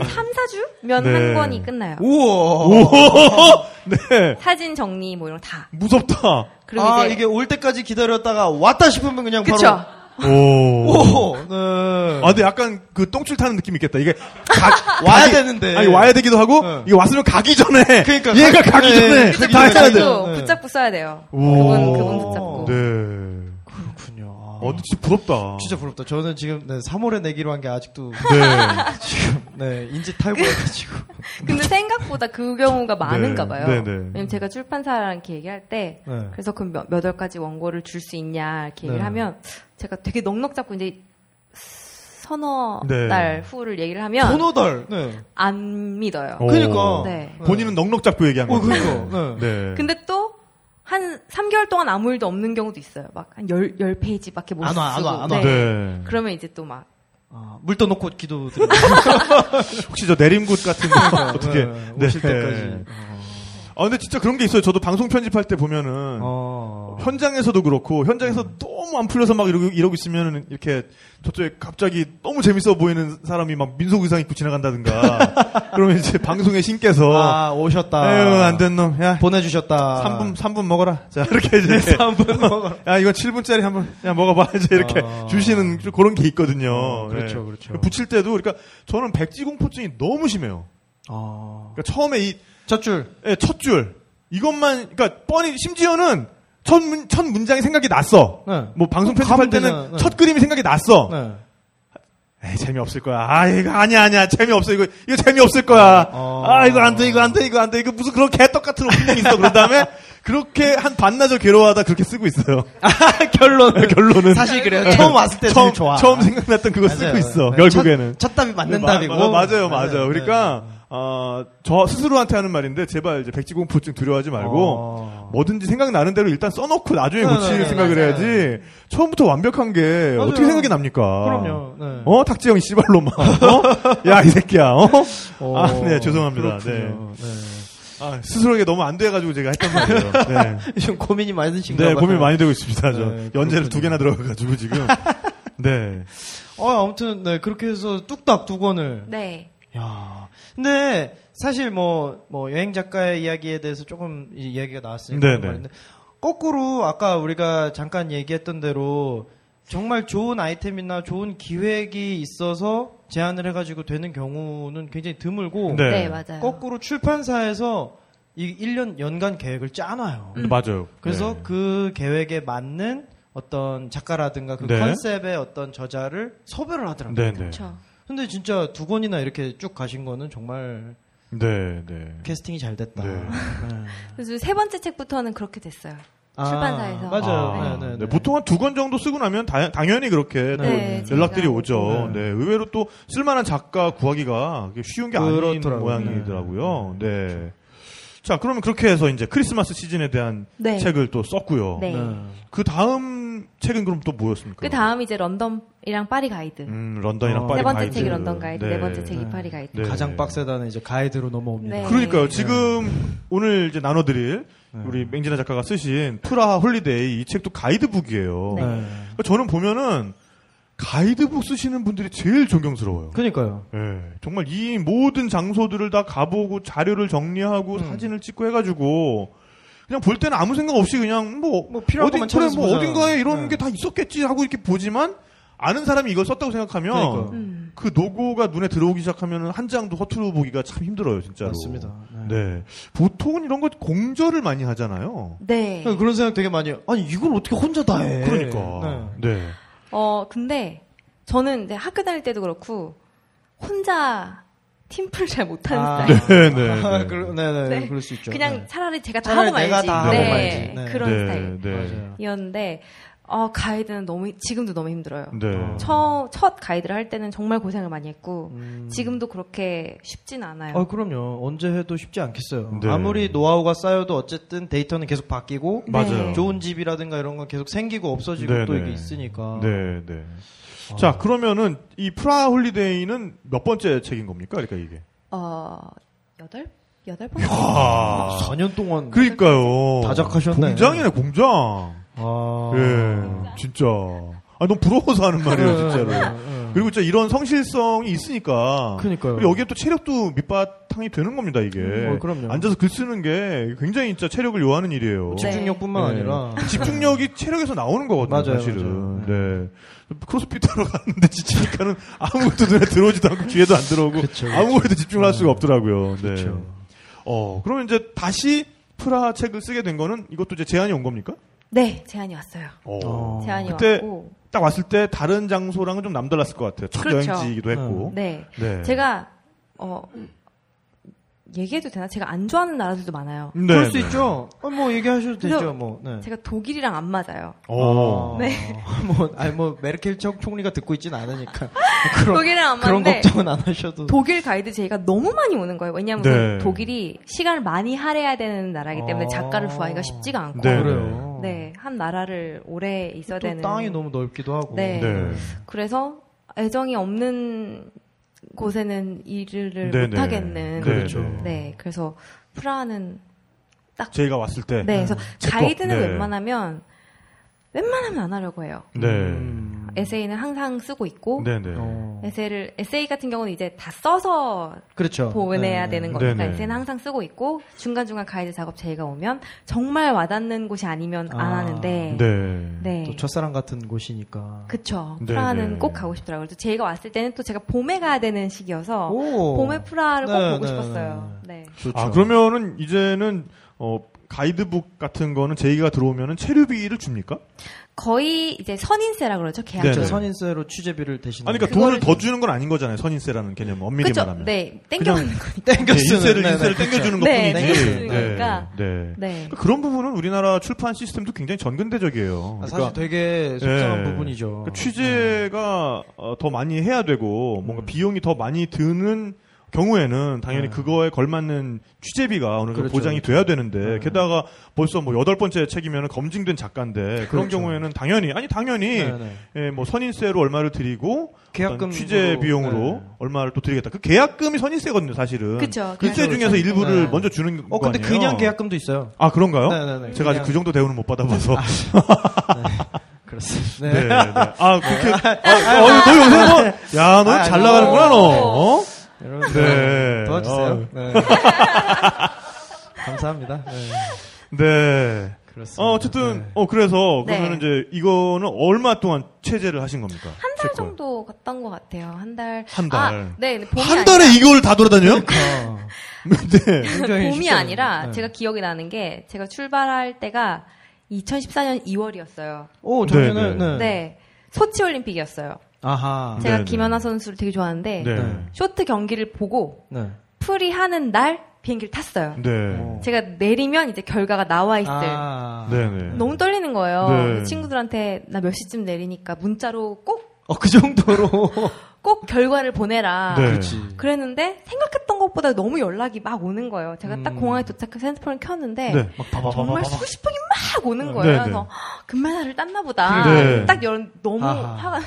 3, 4주면
네.
한 권이 끝나요.
우와.
네.
사진 정리 뭐 이런 거 다.
무섭다.
그리고
아,
이제
이게 올 때까지 기다렸다가 왔다 싶으면 그냥
그쵸
바로.
오.
오, 네.
아, 근데 약간 그 똥줄 타는 느낌이 있겠다. 이게 가-
와야
가기-
되는데.
아, 아니, 와야 되기도 하고,
네.
이게 왔으면 가기 전에.
그러니까
얘가
가기
가기 전에.
전에.
그쵸,
네, 다
그쵸,
해야 돼.
그쵸.
그분도
네.
붙잡고 써야 돼요.
오.
그분 그분
어.
붙잡고.
네.
그렇군요. 아,
어, 근데 진짜 부럽다.
진짜 부럽다. 저는 지금 네, 3월에 내기로 한 게 아직도
네.
지금 네, 인지 탈구해가지고. 네.
근데 생각보다 그 경우가 많은가 봐요.
네, 네.
왜냐면 제가 출판사랑 이렇게 얘기할 때
네.
그래서 그럼 몇, 몇 월까지 원고를 줄 수 있냐 이렇게 얘기를
네.
하면 제가 되게 넉넉 잡고 이제 서너
네.
달 후를 얘기를 하면
번호달. 네.
안 믿어요.
오.
그러니까.
네.
본인은 넉넉 잡고 얘기한
어,
거예요.
그러니까.
네.
근데 또 한 3개월 동안 아무 일도 없는 경우도 있어요. 막 한 10, 페이지밖에못
안
쓰고.
와, 안 와, 안 와.
네.
네.
그러면 이제 또 막
아, 물 떠놓고 기도 드리고.
혹시 저 내림굿 같은 거 어떻게
네, 오실 때까지.
아 근데 진짜 그런 게 있어요. 저도 방송 편집할 때 보면은
어. 음.
현장에서도 그렇고 현장에서 너무 안 풀려서 막 이러고 이러고 있으면은 이렇게 저쪽에 갑자기 너무 재밌어 보이는 사람이 막 민속 의상 입고 지나간다든가 그러면 이제 방송에 신께서
아, 오셨다.
어. 에휴 안 된 놈. 야
보내주셨다. 아. 네,
3분 3분 먹어라. 자 이렇게 이제
3분 먹어.
야 이거 7분짜리 한번 야 먹어봐 이제 이렇게
아.
주시는 좀 그런 게 있거든요. 예.
어, 그렇죠, 그렇죠.
붙일 때도 그러니까 저는 백지공포증이 너무 심해요.
어.
그러니까 처음에 이
첫 줄.
예, 첫 줄. 이것만, 그러니까 뻔히, 심지어는 첫, 문, 첫 문장이 생각이 났어.
네.
뭐 방송
그럼
편집할
가면
때는
되잖아. 네.
첫 그림이 생각이 났어.
네.
에이, 재미없을 거야. 아, 이거 아니야, 아니야. 재미없어. 이거, 이거 재미없을 거야.
어.
아, 이거 안 돼, 이거 안 돼, 이거 안 돼. 이거 무슨 그런 개떡 같은 오프닝 있어. 그런 다음에 그렇게 한 반나절 괴로워하다 그렇게 쓰고 있어요.
네.
그
결론은.
결론은.
사실 그래요. 처음 왔을 때
네. 처음,
제일 좋아.
처음 생각났던 그거
맞아요.
쓰고 있어.
네.
결국에는.
첫, 첫 답이 맞는
마-
답이고.
마- 맞아요, 맞아요.
네,
그러니까 어, 저 스스로한테 하는 말인데 제발 이제 백지공포증 두려워하지 말고
어.
뭐든지 생각나는 대로 일단 써놓고 나중에
네,
고칠
네, 네,
생각을
맞아요.
해야지 처음부터 완벽한 게
맞아요.
어떻게 생각이 납니까?
그럼요. 네.
어 탁재영 씨발로만. 어? 야이 새끼야. 어?
어,
아, 네 죄송합니다. 네.
그렇군요. 네.
아, 스스로에게 너무 안 돼가지고 제가 했단 말이에요. 네.
지금 고민이 많으신가
네,
봐요.
고민 많이 되고 있습니다. 저
네, 그렇군요.
연재를 두 개나 들어가가지고 지금. 네.
어, 아무튼 네, 그렇게 해서 뚝딱 두 권을.
네.
야. 근데 사실 뭐, 뭐 여행 작가의 이야기에 대해서 조금 이- 이야기가 나왔으니까
네네.
말인데 거꾸로 아까 우리가 잠깐 얘기했던 대로 정말 좋은 아이템이나 좋은 기획이 있어서 제안을 해가지고 되는 경우는 굉장히 드물고
네.
네, 맞아요.
거꾸로 출판사에서 이 1년 연간 계획을 짜놔요.
음. 맞아요.
음. 그래서
네.
그 계획에 맞는 어떤 작가라든가 그
네.
컨셉의 어떤 저자를 섭외를 하더라고요.
네, 네.
그렇죠.
근데 진짜 두 권이나 이렇게 쭉 가신 거는 정말
네, 네.
캐스팅이 잘 됐다.
네.
네.
그래서 세 번째 책부터는 그렇게 됐어요.
아,
출판사에서.
맞아요.
아,
네, 네, 네.
보통 한 두 권 정도 쓰고 나면 다- 당연히 그렇게 또
네,
연락들이
진짜.
오죠. 네.
네.
의외로 또 쓸만한 작가 구하기가 그게 쉬운 게 아닌
그렇더라고요.
모양이더라고요. 네. 자, 그러면 그렇게 해서 이제 크리스마스 시즌에 대한
네.
책을 또 썼고요.
네.
네.
그 다음 책은 그럼 또 뭐였습니까?
그 다음 이제 런던이랑 파리 가이드.
음, 런던이랑
어.
파리
세 번째
가이드.
책이 런던 가이드, 네, 번째 책이
네.
파리 가이드.
네.
가장 빡세다는 이제 가이드로 넘어옵니다.
네.
그러니까요. 지금 오늘 이제 나눠드릴
네.
우리 맹진아 작가가 쓰신 투라 홀리데이 이 책도 가이드북이에요.
네.
네.
그러니까 저는 보면은 가이드북 쓰시는 분들이 제일 존경스러워요.
그러니까요.
예, 정말 이 모든 장소들을 다 가보고 자료를
음.
정리하고 사진을 찍고 해가지고 그냥 볼 때는 아무 생각 없이 그냥 뭐,
뭐 필요한 것만
그래,
찾아서
뭐
보자.
어딘가에 이런
네.
게 다 있었겠지 하고 이렇게 보지만 아는 사람이 이걸 썼다고 생각하면
그러니까요.
음.
그 노고가 눈에 들어오기 시작하면 한 장도 허투루 보기가 참 힘들어요, 진짜로.
맞습니다. 네.
네. 보통은 이런 거 공절을 많이 하잖아요.
네.
네, 그런 생각 되게 많이 해요. 아니, 이걸 어떻게 혼자 다 해?
그러니까.
네.
네.
어, 근데 저는 이제 학교 다닐 때도 그렇고 혼자 팀플 잘 못하는
아.
네,
스타일.
네.
아,
네.
그러- 네, 네,
네.
그럴 수 있죠.
그냥
네.
차라리 제가 다
차라리
하고 말지.
내가 다 하고
네,
말지. 네.
그런
네,
스타일.
네.
맞아요.
이었는데 어, 가이드는 너무 지금도 너무 힘들어요.
네.
처, 첫 가이드를 할 때는 정말 고생을 많이 했고
음.
지금도 그렇게 쉽진 않아요.
아, 그럼요. 언제 해도 쉽지 않겠어요.
네.
아무리 노하우가 쌓여도 어쨌든 데이터는 계속
네.
바뀌고
맞아요.
좋은 집이라든가 이런 건 계속 생기고 없어지고
어. 네,
또
네.
이게 있으니까.
네, 네.
아.
자, 그러면은 이 프라 홀리데이는 몇 번째 책인 겁니까? 그러니까 이게.
어, 여덟 여덟 번.
아.
4년 동안
그러니까요.
다작하셨네.
공장이네, 공장.
아.
예, 진짜. 아, 너무 부러워서 하는 말이에요, 진짜로.
네.
그리고 진짜 이런 성실성이 있으니까.
그러니까요.
그리고 여기에 또 체력도 밑바탕이 되는 겁니다, 이게.
음, 어, 그럼요.
앉아서 글 쓰는 게 굉장히 진짜 체력을 요하는 일이에요.
네.
뭐 집중력뿐만
네.
아니라
집중력이 체력에서 나오는 거거든요,
맞아요,
사실은.
맞아요.
네. 크로스핏 하러 갔는데 지치니까는 아무것도 눈에 들어오지도 않고 귀에도 안 들어오고
그쵸, 그쵸.
아무것도 집중을 할 수가 없더라고요. 네.
그렇죠. 그쵸.
어, 그러면 이제 다시 프라 책을 쓰게 된 거는 이것도 이제 제안이 온 겁니까?
네, 제안이 왔어요.
어.
제안이
그때-
왔고.
딱 왔을 때 다른 장소랑은 좀 남달랐을 것 같아요. 첫
그렇죠.
여행지이기도 했고.
네.
네.
제가 어 얘기해도 되나? 제가 안 좋아하는 나라들도 많아요.
네.
그럴 수
네.
있죠. 어, 뭐 얘기하셔도
그래서
되죠. 뭐. 네.
제가 독일이랑 안 맞아요.
어.
아,
네.
뭐 아니 뭐 메르켈 청- 총리가 듣고 있진 않으니까
독일이랑 안
그런
맞는데
걱정은 안 하셔도.
독일 가이드 제의가 너무 많이 오는 거예요. 왜냐하면
네.
독일이 시간을 많이 할애해야 되는 나라이기 때문에
아.
작가를 구하기가 쉽지가 않고
네.
그래요.
네, 한 나라를 오래 있어야
또
되는
땅이 너무 넓기도 하고.
네.
네.
그래서 애정이 없는 곳에는 일을
네,
못
네.
하겠는
그렇죠.
네.
네, 그래서 프라하는
제가 왔을 때.
네, 그래서
제법,
가이드는
네.
웬만하면 웬만하면 안 하려고 해요.
네.
음.
에세이는 항상 쓰고 있고
네, 네.
어.
에세이를 에세이 같은 경우는 이제 다 써서
그렇죠.
보내야
네.
되는
거.
거니까
어. 네네.
에세이는 항상 쓰고 있고 중간 중간 가이드 작업 제의가 오면 정말 와닿는 곳이 아니면 안
아.
하는데
네.
네.
또 첫사랑 같은 곳이니까.
그쵸.
네네.
프라하는 꼭 가고 싶더라고요. 그래서 제가 왔을 때는 또 제가 봄에 가야 되는 시기여서
오.
봄에 프라를 꼭
네,
보고
네,
싶었어요. 네.
좋죠.
아, 그러면은 이제는 어 가이드북 같은 거는 제의가 들어오면은 체류비를 줍니까?
거의 이제 선인세라 그러죠. 계약서.
그렇죠.
네네.
선인세로 취재비를 대신.
아니 그러니까 돈을 더 주는 건 아닌 거잖아요. 선인세라는 개념 엄밀히
그쵸.
말하면.
네. 땡겨오는 거니까.
땡겨
네,
쓰는.
인세를
네네. 아,
인세를 땡겨 주는 것뿐이지.
네,
땡겨주는
거니까.
네. 네.
네.
그러니까 그런 부분은 우리나라 출판 시스템도 굉장히 전근대적이에요.
아,
그러니까
사실 되게 속상한
네.
부분이죠.
그러니까 취재가 어, 더 많이 해야 되고 뭔가 비용이 더 많이 드는 경우에는 당연히
음. 네.
그거에 걸맞는 취재비가 어느 정도
그렇죠,
보장이
그렇죠.
돼야 되는데
네.
게다가 벌써 뭐 여덟 번째 책이면 검증된 작가인데 그런
그렇죠.
경우에는 당연히 아니 당연히
네네.
예, 뭐 선인세로 얼마를 드리고
계약금 네.
어떤 취재 비용으로 얼마를 또 드리겠다. 그 계약금이 선인세거든요, 사실은.
그쵸.
글세
계약금.
중에서 일부를
네.
먼저 주는
어
거
근데
아니에요?
그냥 계약금도 있어요.
아 그런가요?
네네네.
제가 아직
그냥-
그 정도 대우는 못 받아봐서.
그렇습니다.
네.
네.
네. 아 그렇게. 아, 어, 너 요새 뭐? 야너
아,
잘
아니요.
나가는구나 너. 어?
여러분
네.
도와주세요.
어.
네. 감사합니다. 네.
네.
그렇습니다.
어, 어쨌든
네.
어 그래서
네.
그러면 이제 이거는 얼마 동안 체제를 하신 겁니까?
한
체크를.
달 정도 갔던 것 같아요. 한 달.
한 달.
아, 네. 봄이
한 달에 이걸 다 돌아다녀요?
어,
네.
굉장히
봄이
쉽지 않네요.
아니라
네.
제가 기억이 나는 게 제가 출발할 때가 2014년 2월이었어요.
오 작년에
네,
네.
네. 소치 올림픽이었어요.
아하.
제가
네, 네.
김연아 선수를 되게 좋아하는데
네.
네.
쇼트 경기를 보고
네.
풀이 하는 날 비행기를 탔어요.
네.
어.
제가 내리면 이제 결과가 나와 있을
아.
네. 네.
너무 떨리는 거예요.
네.
그래서 친구들한테 나 몇 시쯤 내리니까 문자로 꼭 꼭
어, 그 정도로.
결과를 보내라.
네.
그랬는데 생각했던 것보다 너무 연락이 막 오는 거예요. 제가 딱
음.
공항에 도착해서 핸드폰을 켰는데
네.
막 봐봐,
정말 수고 싶은 게 막 보는 거예요.
네, 네.
그래서 "헉, 금메달을 땄나 보다.
네.
딱 열, 너무
아하.
화가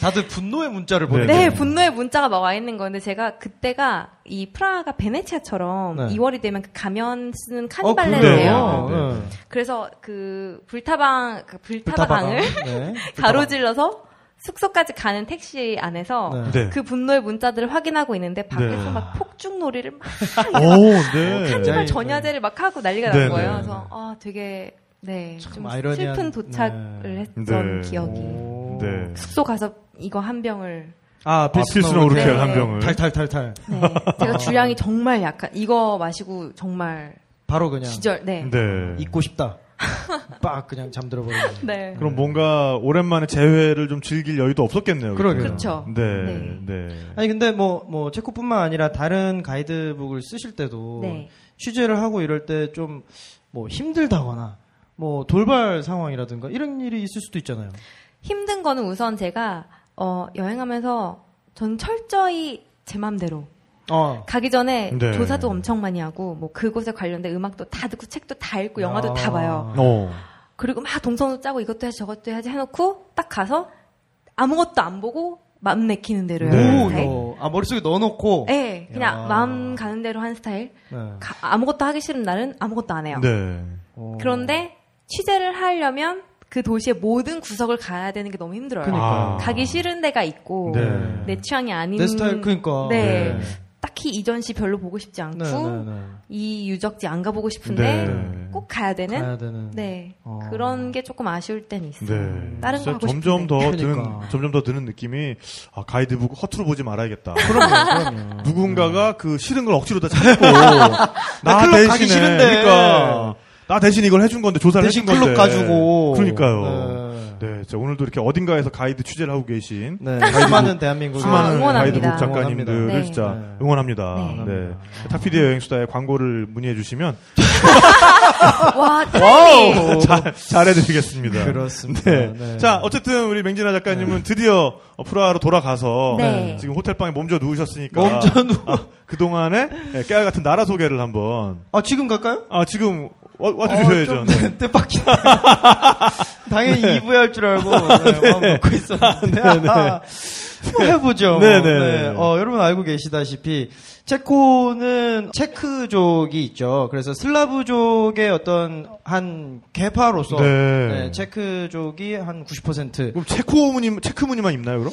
다들 분노의 문자를
네.
보내요.
네, 분노의 문자가 막 와 있는 건데 제가 그때가 이 프라하가 베네치아처럼
네.
2월이 되면 그 가면 쓰는
어,
카니발레예요.
그래요?
그러네요. 네.
그래서 그 불타방 그
불타방울.
불타방을
네.
가로질러서 숙소까지 가는 택시 안에서
네.
네.
그 분노의 문자들을 확인하고 있는데 밖에서
네.
막 폭죽놀이를 막
오, 네.
굉장히-
카니발 전야제를 막 하고 난리가
네,
난 거예요.
네.
그래서 아 되게
참
네좀
아이러니한-
슬픈 도착을
네.
했던
네.
기억이
오.
네.
숙소 가서 이거 한 병을
아,
아, 필스너 오르케
오르케알
한 병을.
탈탈탈탈.
네. 제가 주량이 정말 약한 이거 마시고 정말
바로 그냥
기절 네.
네.
잊고 싶다. 빡 그냥 잠들어 버리는.
네.
그럼 뭔가 오랜만에 재회를 좀 즐길 여유도 없었겠네요.
그러게요.
그렇죠.
네, 네.
아니 근데 뭐 뭐 체코뿐만 아니라 다른 가이드북을 쓰실 때도
네.
취재를 하고 이럴 때 좀 뭐 힘들다거나 뭐 돌발 상황이라든가 이런 일이 있을 수도 있잖아요.
힘든 거는 우선 제가 어, 여행하면서 전 철저히 제 맘대로
어.
가기 전에
네.
조사도 엄청 많이 하고 뭐 그곳에 관련된 음악도 다 듣고 책도 다 읽고 영화도
아.
다 봐요.
어.
그리고 막 동선도 짜고 이것도 해야지 저것도 해야지 해놓고 딱 가서 아무것도 안 보고 마음 내키는 대로
오,
해요.
네.
스타일.
야. 아 머릿속에 넣어 놓고 네.
네, 그냥
야.
마음 가는 대로 한 스타일. 가- 아무것도 하기 싫은 날은 아무것도 안 해요.
네.
어.
그런데 취재를 하려면 그 도시의 모든 구석을 가야 되는 게 너무 힘들어요.
아.
그러니까요.
가기 싫은 데가 있고
네.
내 취향이 아닌
내 스타일 그러니까
음, 네.
네.
딱히 이전 시 별로 보고 싶지 않고
네, 네, 네.
이 유적지 안 가보고 싶은데
네.
꼭 가야 되는
가야 되는
네
어.
그런 게 조금 아쉬울 때는 있어요.
네.
다른 거
진짜
하고
점점
싶은데.
더
그러니까.
드는 점점 더 드는 느낌이 아, 가이드북 허투루 보지 말아야겠다.
그럼요, 그럼요. 음.
음.
누군가가 그 싫은 걸 억지로 다 참고
나
나
클럽 가기
대신에
싫은데.
그러니까 나 대신 이걸 해준 건데 조사를
대신
해준 건데
클럽 가지고
그러니까요.
네.
네, 자, 오늘도 이렇게 어딘가에서 가이드 취재를 하고 계신
네, 수많은 네. 대한민국
아,
수많은
응원합니다.
가이드북 작가님들을
네.
진짜
네.
응원합니다.
네.
네. 탁피디의 여행수다에 광고를 문의해 주시면
와
와우.
잘, 잘해드리겠습니다.
그렇습니다.
네.
네.
자, 어쨌든 우리 맹진아 작가님은 드디어 어, 프라하로 돌아가서
네.
지금 호텔방에 몸져 누우셨으니까
몸져 누.
아, 그동안에 네, 깨알 같은 나라 소개를 한번
아 지금 갈까요?
아, 지금 와, 와주셔야죠.
어, 좀 뜻밖이네. 당연히 2부에 할 줄 알고 네, 마음 먹고 있었는데 아, 뭐 해보죠.
네, 네.
어, 여러분 알고 계시다시피 체코는 체크족이 있죠. 그래서 슬라브족의 어떤 한 계파로서
네.
네, 체크족이 한 90%.
그럼 체코 무늬, 체크 무늬만 입나요, 그럼?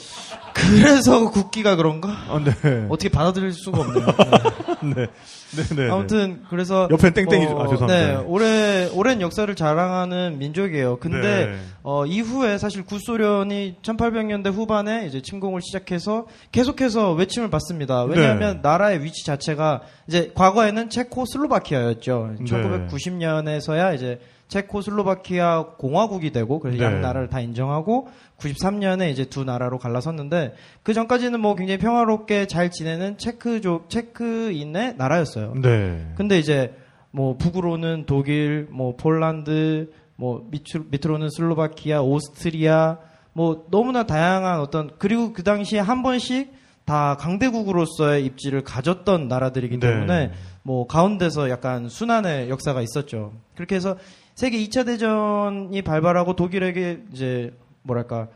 그래서 국기가 그런가?
아, 네.
어떻게 받아들일 수가 없네요. 네.
네. 네, 네.
아무튼 그래서
옆엔 땡땡이죠. 아, 죄송합니다.
네, 오래 오랜 역사를 자랑하는 민족이에요. 근데
네.
어, 이후에 사실 구소련이 1800년대 후반에 이제 침공을 시작해서 계속해서 외침을 받습니다. 왜냐하면
네.
나라의 위치 자체가 이제 과거에는 체코슬로바키아였죠.
네.
1990년에서야 이제 체코슬로바키아 공화국이 되고 그래서
네.
양 나라를 다 인정하고 93년에 이제 두 나라로 갈라섰는데 그 전까지는 뭐 굉장히 평화롭게 잘 지내는 체크족 체크인의 나라였어요.
네.
근데 이제 뭐 북으로는 독일, 뭐 폴란드, 뭐 밑으로, 밑으로는 슬로바키아, 오스트리아, 뭐 너무나 다양한 어떤 그리고 그 당시에 한 번씩 다 강대국으로서의 입지를 가졌던 나라들이기
네.
때문에 뭐 가운데서 약간 순환의 역사가 있었죠. 그렇게 해서 세계 2차 대전이 발발하고 독일에게 이제 뭐랄까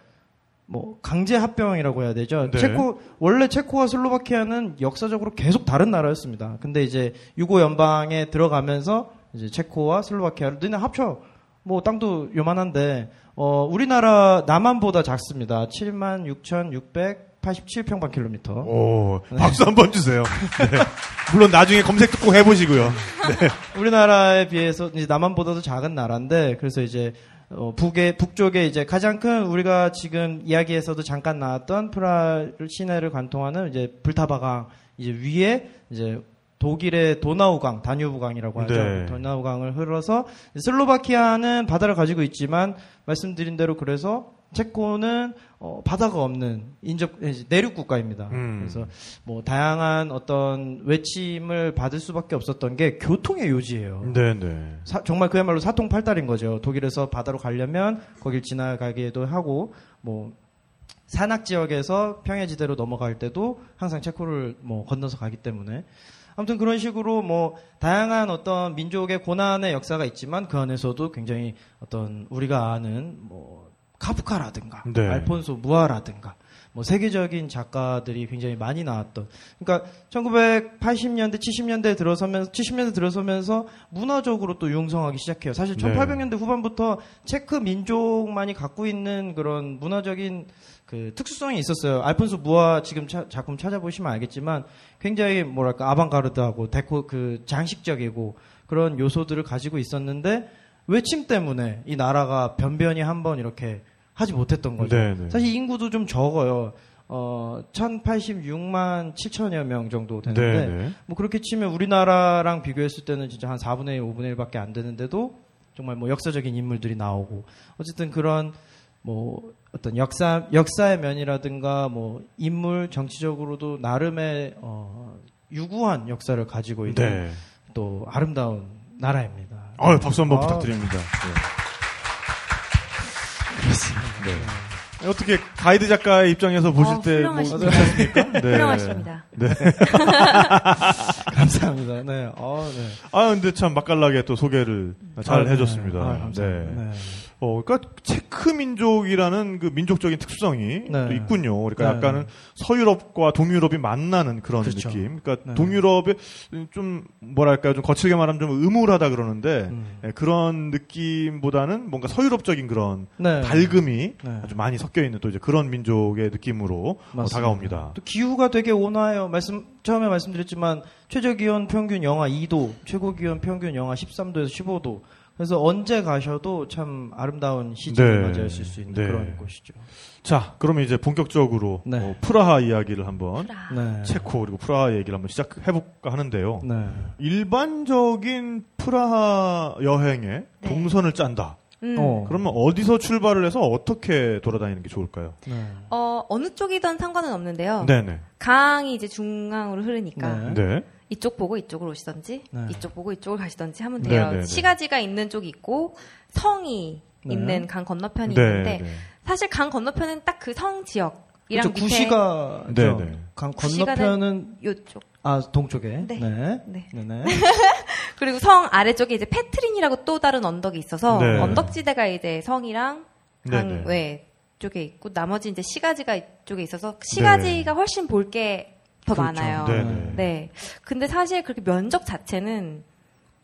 뭐 강제 합병이라고 해야 되죠.
네.
체코 원래 체코와 슬로바키아는 역사적으로 계속 다른 나라였습니다. 근데 이제 유고 연방에 들어가면서 이제 체코와 슬로바키아를 너네 합쳐 뭐 땅도 요만한데 어 우리나라 남한보다 작습니다. 76,687평방킬로미터.
오, 박수 한번 주세요. 네. 물론 나중에 검색도 꼭 해보시고요.
우리나라에 비해서 이제 남한보다도 작은 나라인데 그래서 이제 어, 북에 북쪽에 이제 가장 큰 우리가 지금 이야기에서도 잠깐 나왔던 프라 시내를 관통하는 이제 불타바강 이제 위에 이제 독일의 도나우강, 다뉴브강이라고 하죠.
네.
도나우강을 흘러서 슬로바키아는 바다를 가지고 있지만 말씀드린 대로 그래서 체코는 어, 바다가 없는 인접 이제 내륙 국가입니다.
음.
그래서 뭐 다양한 어떤 외침을 받을 수밖에 없었던 게 교통의 요지예요.
네, 네.
사- 정말 그야말로 사통팔달인 거죠. 독일에서 바다로 가려면 거길 지나가기도 하고 뭐 산악 지역에서 평야지대로 넘어갈 때도 항상 체코를 뭐 건너서 가기 때문에 아무튼 그런 식으로 뭐 다양한 어떤 민족의 고난의 역사가 있지만 그 안에서도 굉장히 어떤 우리가 아는 뭐 카프카라든가
네.
알폰소 무아라든가 뭐 세계적인 작가들이 굉장히 많이 나왔던 그러니까 1980년대 70년대 들어서면서 70년대 들어서면서 문화적으로 또 융성하기 시작해요. 사실
네.
1800년대 후반부터 체크 민족만이 갖고 있는 그런 문화적인 그 특수성이 있었어요. 알폰소 무아 지금 차- 작품 찾아보시면 알겠지만 굉장히 뭐랄까 아방가르드하고 데코 그 장식적이고 그런 요소들을 가지고 있었는데 외침 때문에 이 나라가 변변히 한번 이렇게 하지 못했던 거죠.
네, 네.
사실 인구도 좀 적어요. 어, 1086만 7천여 명 정도 되는데
네, 네.
뭐 그렇게 치면 우리나라랑 비교했을 때는 진짜 한 4분의 1, 5분의 1밖에 안 되는데도 정말 뭐 역사적인 인물들이 나오고 어쨌든 그런 뭐 어떤 역사 역사의 면이라든가 뭐 인물 정치적으로도 나름의 어 유구한 역사를 가지고 있는
네.
또 아름다운 나라입니다.
아유, 박수 한번
아.
부탁드립니다. 네. 어떻게 가이드 작가의 입장에서 보실
어,
때
훌륭하십니다.
괜찮습니까? 네.
훌륭하십니다.
감사합니다. 네. 어, 네.
아 근데 참 맛깔나게 또 소개를 잘
아, 네.
해줬습니다.
아, 감사합니다. 네.
어, 그러니까 체크 민족이라는 그 민족적인 특수성이
네.
또 있군요. 그러니까
네.
약간은 서유럽과 동유럽이 만나는 그런
그렇죠.
느낌. 그러니까
네.
동유럽의 좀 뭐랄까 좀 거칠게 말하면 좀 음울하다 그러는데
음.
예, 그런 느낌보다는 뭔가 서유럽적인 그런
네.
밝음이
네.
아주 많이 섞여 있는 또 이제 그런 민족의 느낌으로 어,
맞습니다.
다가옵니다.
또 기후가 되게 온화해요. 말씀 처음에 말씀드렸지만 최저 기온 평균 영하 2도, 최고 기온 평균 영하 13도에서 15도. 그래서 언제 가셔도 참 아름다운 시즌을
네.
맞이하실 수 있는
네.
그런 곳이죠.
자, 그러면 이제 본격적으로
네.
어, 프라하 이야기를 한번
네.
체코 그리고 프라하 얘기를 한번 시작해볼까 하는데요.
네.
음.
일반적인 프라하 여행에
네.
동선을 짠다.
음.
어.
그러면 어디서 출발을 해서 어떻게 돌아다니는 게 좋을까요?
네.
어, 어느 쪽이든 상관은 없는데요.
네네.
강이 이제 중앙으로 흐르니까
네.
네.
이쪽 보고 이쪽으로 오시던지
네.
이쪽 보고 이쪽으로 가시던지 하면
네,
돼요.
네, 네.
시가지가 있는 쪽이 있고 성이
네.
있는 강 건너편이 있는데
네.
사실 강 건너편은 딱 그 성 지역이랑
그렇죠.
밑에
구시가
네,
네,
네.
강
구시가는-
건너편은
요쪽
아 동쪽에
네.
네.
네.
네, 네.
그리고 성 아래쪽에 이제 페트린이라고 또 다른 언덕이 있어서
네.
언덕지대가 이제 성이랑
네, 네.
강외 쪽에 있고 나머지 이제 시가지가 이쪽에 있어서 시가지가 훨씬 볼 게 더 많아요.
네.
네. 근데 사실 그렇게 면적 자체는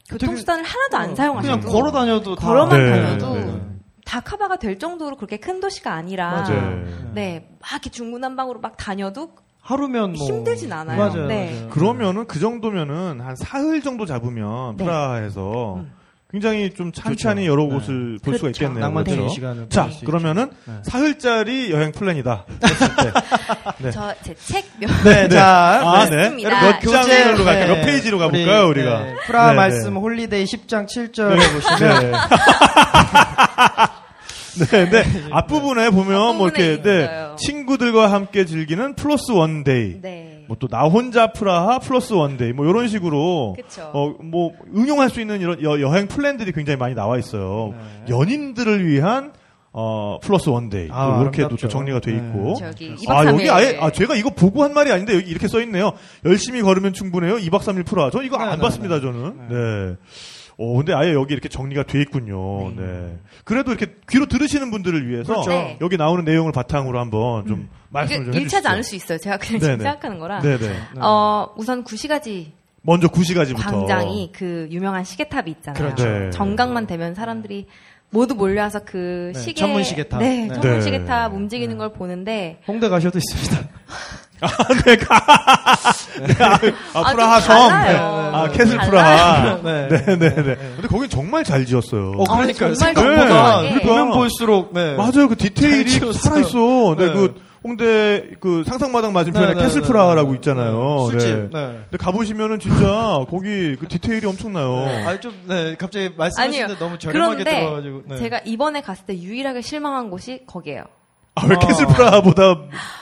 교통수단을 하나도 안
그냥
사용하셔도
걸어 다녀도 다
걸어만
네,
다녀도
네.
다 커버가 될 정도로 그렇게 큰 도시가 아니라
맞아요.
네.
네, 막 이렇게 중구난방으로 막 다녀도
하루면 뭐
힘들진 않아요.
맞아요.
네.
맞아요.
그러면은 그 정도면은 한 사흘 정도 잡으면
네.
프라하에서
음.
굉장히 좀 찬찬히
그렇죠.
여러
네.
곳을 볼 수가
그렇죠.
있겠네요.
낭만적인
그렇죠?
시간을
자,
보낼 수 있죠.
그러면은
네.
사흘짜리 여행 플랜이다. 네.
저 제 책 몇
네, 자,
아,
네.
네.
맞습니다.
여러분 몇
교재-
장으로 갈까요?
네.
몇 페이지로 가볼까요, 우리, 가
네, 프라 말씀 홀리데이 10장 7절에 보시면
네. 네, 네. 앞부분에 보면 뭐
앞부분에
이렇게 네,
있어요.
친구들과 함께 즐기는 플러스 원데이.
네.
뭐 또 나 혼자 프라하 플러스 원데이 뭐 이런 식으로
그쵸.
어 뭐 응용할 수 있는 이런 여, 여행 플랜들이 굉장히 많이 나와 있어요.
네.
연인들을 위한 어 플러스 원데이
아,
또 이렇게 또
아름답죠.
정리가 돼
네.
있고
저기
아
2박 3일
여기 아예 아 제가 이거 보고 한 말이 아닌데 여기 이렇게 써 있네요. 열심히 걸으면 충분해요. 2박 3일 프라. 저 이거
네,
안
네,
봤습니다
네.
저는.
네.
네. 어 근데 아예 여기 이렇게 정리가 돼 있군요.
음.
네. 그래도 이렇게 귀로 들으시는 분들을 위해서
그렇죠.
네.
여기 나오는 내용을 바탕으로 한번 좀
음. 이게
말씀을 좀 해주시죠.
일치하지 않을 수 있어요. 제가 그냥
네,
지금
네.
생각하는 거라.
네네.
어, 우선 구시가지
먼저 구시가지부터.
광장이 그 유명한 시계탑이 있잖아요.
그렇죠.
네.
정각만 되면 사람들이 모두 몰려와서 그
네,
시계
천문 시계탑.
네,
네.
천문
네.
시계탑 움직이는 걸 보는데
홍대 가셔도 있습니다.
네, 가. 네, 아, 아, 프라하
좀
섬.
달라요.
아,
네,
캐슬
달라요.
프라하.
네.
네네네. 근데 거긴 정말 잘 지었어요.
어, 그러니까
정말 예.
생각보다
정교하게.
그 보면 볼수록 네.
맞아요. 그
잘
디테일이
지었어요.
살아있어. 근데
네.
그 홍대 그 상상마당 맞은편에
네, 네,
캐슬
네,
프라하라고
네.
있잖아요.
술집.
네.
네.
근데 가보시면은 진짜 거기 그 디테일이 엄청나요.
아, 좀, 네, 갑자기
아니요.
말씀하시는데 너무 저렴하게
그런데
들어가지고. 네.
제가 이번에 갔을 때 유일하게 실망한 곳이 거기예요.
아, 왜 캐슬 프라하보다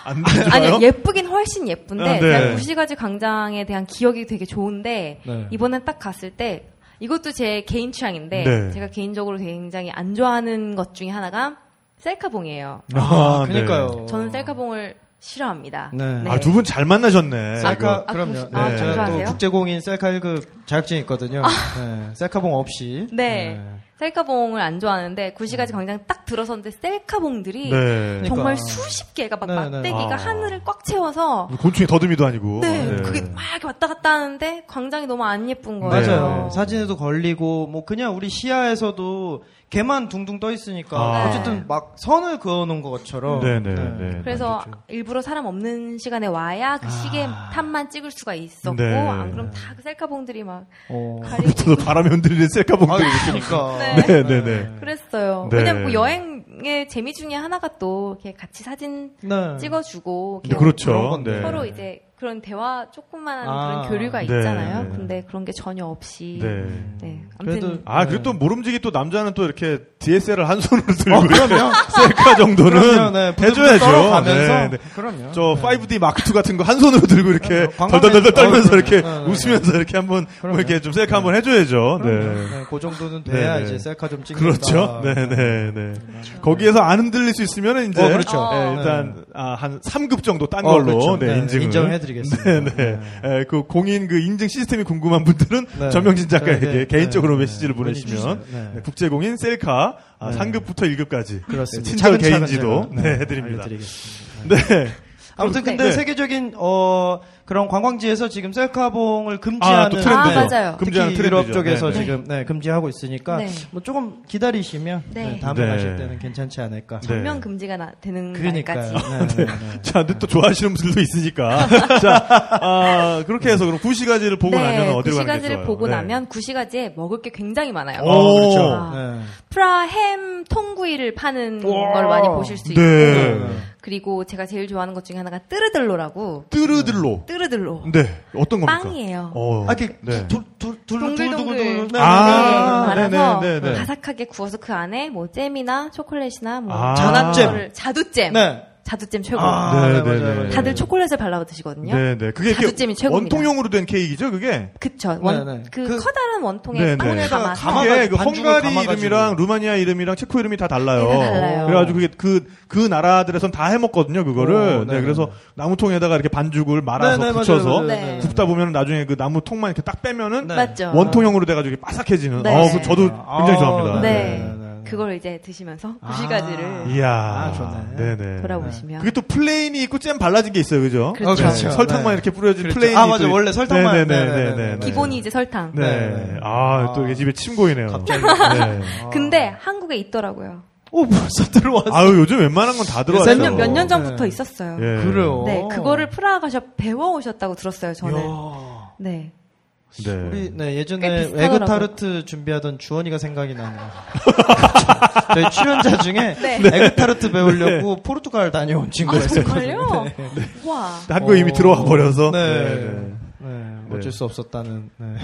안 좋아요?
아니 예쁘긴 훨씬 예쁜데
아, 네.
제가 구시가지 광장에 대한 기억이 되게 좋은데
네.
이번에 딱 갔을 때 이것도 제 개인 취향인데
네.
제가 개인적으로 굉장히 안 좋아하는 것 중에 하나가 셀카봉이에요.
아,
네.
그니까요.
저는 셀카봉을 싫어합니다.
어. 네.
아, 두 분 잘 만나셨네.
셀카
아,
그럼요.
아,
네, 제가 또
감사하세요.
국제공인 셀카 1급 자격증이 있거든요.
아.
네, 셀카봉 없이.
네. 셀카봉을 안 좋아하는데 그 구시가지 광장 딱 들어섰는데 셀카봉들이
네.
음. 그러니까.
정말 수십 개가 막
네, 네.
막대기가
아.
하늘을 꽉 채워서
곤충이 더듬이도 아니고.
네, 그게 막 이렇게 왔다 갔다 하는데 광장이 너무 안 예쁜 거예요.
맞아요.
네.
사진에도 걸리고 뭐 그냥 우리 시야에서도 개만 둥둥 떠 있으니까
아.
어쨌든 막 선을 그어 놓은 것처럼.
네네.
그래서 일부러 사람 없는 시간에 와야
아.
그 시계 탑만 찍을 수가 있었고
네.
안 그럼 다 그 셀카봉들이 막
어.
가리고
바람이 흔들리는 셀카
아,
아, 봉들이
그러니까.
네.
네, 네, 네.
그랬어요.
네.
왜냐면 그 여행의 재미 중에 하나가 또 이렇게 같이 사진
네.
찍어주고
네,
이렇게
그런
그렇죠.
건데.
네.
서로 이제 그런 대화 조그만한
아,
그런 교류가
네,
있잖아요.
네.
근데 그런 게 전혀 없이
네.
네. 아무튼
그래도
아, 그리고
음. 네.
또 모름지기 또 남자는 또 이렇게 DSLR 한 손으로 들고
그럼요.
셀카 정도는
어. 그럼요. 네.
해줘야죠.
가면서
네, 네.
그럼요.
저 5D 마크 II 같은 거 한 손으로 들고 이렇게
그럼요.
덜덜덜덜 떨면서
네, 어,
이렇게
그럼요. 네, 네,
웃으면서 이렇게 한번 뭐
그럼요.
이렇게 좀 셀카 한번 해줘야죠.
그럼요.
네.
네, 그 정도는 돼야
네, 네.
이제 셀카 좀 찍는다.
그렇죠. 네네네. 거기에서 안 흔들릴 수 있으면 이제
아, 그렇죠. 어, 그렇죠.
예,
어.
일단 아, 한 3급 정도 딴
어,
걸로
그렇죠.
네,
네,
인증을
인정해드리겠습니다.
네, 네. 예, 그 공인 그 인증 시스템이 궁금한 분들은
네.
전명진 작가에게
저에게,
개인적으로
네,
메시지를
네,
보내시면
보내주시죠. 네.
네, 국제공인 셀카 아,
네.
3급부터 1급까지
그렇습니다.
친절
차근차근
개인지도
제가,
네,
네,
해드립니다.
알려드리겠습니다.
네.
아무튼 근데
네.
세계적인 어 그런 관광지에서 지금 셀카봉을
아,
금지하는
또 트렌드.
아, 맞아요.
금지하는
특히
트렌드죠.
유럽 쪽에서
네, 네.
지금 네, 금지하고 있으니까
네.
뭐 조금 기다리시면
네.
네, 다음에
네.
가실 때는 괜찮지 않을까.
네.
전면 금지가 나- 되는
그러니까요.
날까지
네, 네, 네.
자, 근데 또 좋아하시는 분들도 있으니까. 자, 아, 그렇게 해서 그럼 구시가지를 보고 나면 어디로 가는 게
네, 그 구시가지를
좋아요?
보고
네. 어.
나면 그 구시가지에 먹을 게 굉장히 많아요.
오.
아.
네.
프라 햄 통구이를 파는
우와.
걸 많이 보실 수
네.
있고
네.
그리고 제가 제일 좋아하는 것 중에 하나가 뜨르들로라고
뜨르들로.
뜨르들로
네. 어떤 겁니까?
빵이에요.
어.
아, 이렇게
네.
동글동글
네,
아,
네, 네, 네.
네, 말아서
네, 네, 네.
바삭하게 구워서 그 안에 뭐 잼이나 초콜릿이나 뭐
아.
자두잼.
그거를- 자두잼
네.
자두잼 최고
아, 네,
네, 네,
맞아요,
네.
맞아요.
다들 초콜릿을 발라 드시거든요.
네, 네. 그게 이렇게
자두잼이 최고입니다.
원통형으로 된 케이크죠, 그게?
그쵸. 원,
네, 네.
그,
그-
커다란 원통에
네, 네.
빵을
거기다가
담아서
가마-
그게 그
반죽을
헝가리
감아가지고.
이름이랑 루마니아 이름이랑 체코 이름이 다 달라요.
네, 다 달라요.
그래가지고 그게 그, 그 나라들에선 다 해먹거든요, 그거를.
오,
네,
네,
그래서 나무통에다가 이렇게 반죽을 말아서
네, 네,
붙여서
맞아요, 맞아요,
네.
굽다 보면 나중에 그 나무 통만 이렇게 딱 빼면은
네.
맞죠.
원통형으로 돼가지고 이렇게 바삭해지는.
네.
어, 그 저도 굉장히
아,
좋아합니다.
네.
네, 네, 네.
그걸 이제 드시면서
아.
구시가지를
네. 이야.
아, 좋네.
네네.
돌아보시면
예. 그게 또 플레인이 있고 잼 발라진 게 있어요, 아, 그죠?
그렇죠.
어, 그렇죠.
설탕만
네.
이렇게 뿌려진
그렇죠.
플레인이.
아, 맞아요.
또 있-
원래 설탕만.
네네네네네.
네네네.
네.
기본이 이제 설탕.
네.
네.
아, 또 이게 집에 침고이네요.
갑자기.
네.
근데 한국에 있더라고요.
오 벌써 들어왔어.
아유, 요즘 웬만한 건 다 들어왔죠.
맞아요.
몇년 몇 년 전부터
네.
있었어요.
예.
그래요.
네, 그거를 프라하 가셔 배워 오셨다고 들었어요. 저는.
이야.
네.
네.
우리 네
꽤
예전에
비슷하더라고요.
에그 타르트 준비하던 주원이가 생각이 나네요. 저희 출연자 중에
네.
에그 타르트 배우려고
네.
포르투갈 다녀온 친구가
아
있었거든요.
정말요?
네,
와.
한국에 이미
어.
들어와 버려서.
네.
네, 네.
네, 어쩔 수 없었다는. 네.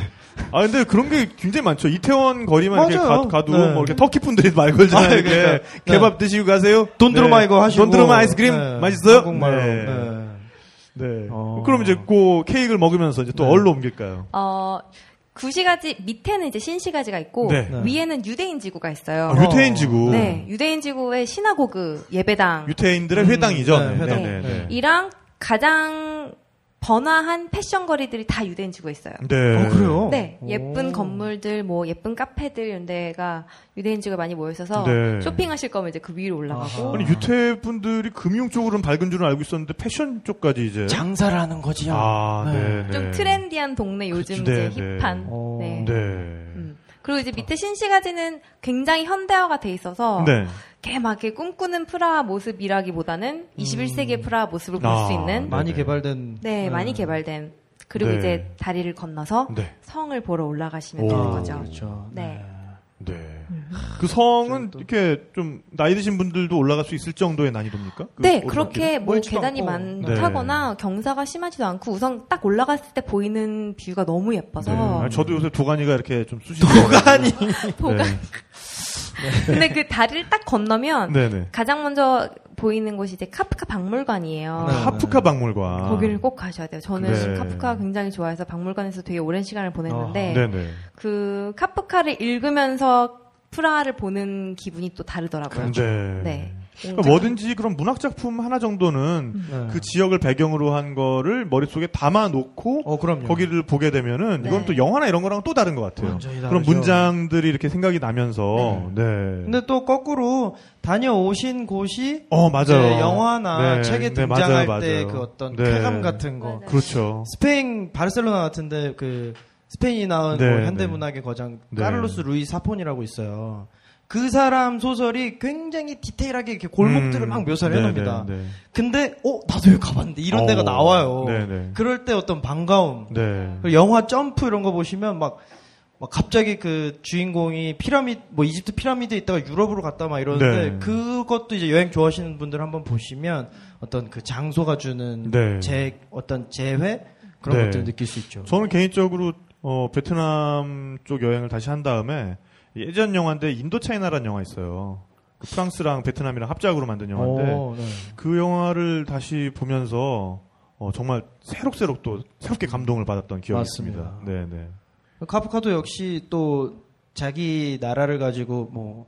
아, 근데 그런 게 굉장히 많죠. 이태원 거리만 이렇게
맞아요.
가, 가도
네.
뭐 이렇게 터키 분들이 말 걸잖아요.
아,
이렇게
그러니까. 네.
개밥 드시고 가세요.
돈드로마
네.
이거 하시고.
돈드로마 아이스크림
네,
맛있어요?
한국말로.
네.
네.
네.
어.
그럼 이제 그 케이크를 먹으면서 이제 또
네.
어디로 옮길까요?
어 구시가지 밑에는 이제 신시가지가 있고
네.
네.
위에는 유대인 지구가 있어요.
아, 유태인 지구.
네, 유대인 지구의 시나고그 예배당
유태인들의 회당이죠.
네,
네,
회당.
네, 네.
이랑 가장 번화한 패션 거리들이 다 유대인 지구에 있어요.
네.
어, 그래요?
네,
오.
예쁜 건물들, 뭐 예쁜 카페들 이런 데가 유대인 지구에 많이 모여 있어서
네.
쇼핑하실 거면 이제 그 위로 올라가고
아니 유태 분들이 금융 쪽으로는 밝은 줄은 알고 있었는데 패션 쪽까지 이제
장사를 하는 거지요.
네. 아, 네. 네.
좀 트렌디한 동네 요즘
그치, 네,
이제
네.
힙한.
어.
네.
네.
음. 그리고 이제 밑에 신시가지는 굉장히 현대화가 돼 있어서
네.
걔막 이렇게 꿈꾸는 프라하 모습이라기보다는 21세기의 프라하 모습을
음.
볼
아,
수 있는
많이
네.
개발된.
네, 많이 개발된 그리고
네.
이제 다리를 건너서
네.
성을 보러 올라가시면
오.
되는 거죠.
그렇죠.
네.
네. 그 성은
또-
이렇게 좀 나이 드신 분들도 올라갈 수 있을 정도의 난이도입니까? 그
네,
올라가기?
그렇게 뭐
멀지도
계단이
않고.
많다거나 경사가 심하지도 않고 우선 딱 올라갔을 때 보이는 뷰가 너무
네.
예뻐서
아니, 저도 요새 도가니가 이렇게 좀 쑤시고 도가니. 네.
보가 근데 그 다리를 딱 건너면
네, 네.
가장 먼저 보이는 곳이 이제 카프카 박물관이에요.
네.
하프카 박물관.
아. 거기를 꼭 가셔야 돼요. 저는
아. 네.
카프카 굉장히 좋아해서 박물관에서 되게 오랜 시간을 보냈는데
네, 네.
그 카프카를 읽으면서 프라하를 보는 기분이 또 다르더라고요.
네.
네. 음.
그러니까 뭐든지 그런 문학 작품 하나 정도는
네.
그 지역을 배경으로 한 거를 머릿속에 담아 놓고
어, 그럼요.
거기를 보게 되면은 이건
네.
또 영화나 이런 거랑 또 다른 것 같아요.
완전히
그런
다르죠.
문장들이 이렇게 생각이 나면서 네.
근데 또 거꾸로 다녀오신 곳이
어 맞아요.
이제 영화나
네,
책에
네,
등장할
맞아요,
때
맞아요.
그 어떤
네.
쾌감 같은 거.
맞아요.
그렇죠.
스페인 바르셀로나 같은데 그 스페인이 나온
네,
뭐 현대 문학의 거장
네.
카를로스 루이 사폰이라고 있어요. 그 사람 소설이 굉장히 디테일하게 이렇게 골목들을
음,
막 묘사를
네,
해놉니다.
네, 네.
근데 어 나도 여기 가봤는데 이런
어,
데가 나와요.
네, 네.
그럴 때 어떤 반가움.
네.
그리고 영화 점프 이런 거 보시면 막, 막 갑자기 그 주인공이 피라미드 뭐 이집트 피라미드에 있다가 유럽으로 갔다 막 이러는데
네.
그것도 이제 여행 좋아하시는 분들 한번 보시면 어떤 그 장소가 주는
네.
제 어떤 재회 그런
네.
것들을 느낄 수 있죠.
저는 개인적으로 어, 베트남 쪽 여행을 다시 한 다음에 예전 영화인데 인도차이나라는 영화 있어요. 그 프랑스랑 베트남이랑 합작으로 만든 영화인데
오, 네.
그 영화를 다시 보면서 어, 정말 새록새록 또 새롭게 감동을 받았던 기억이
맞습니다.
있습니다. 네, 네.
카프카도 역시 또 자기 나라를 가지고 뭐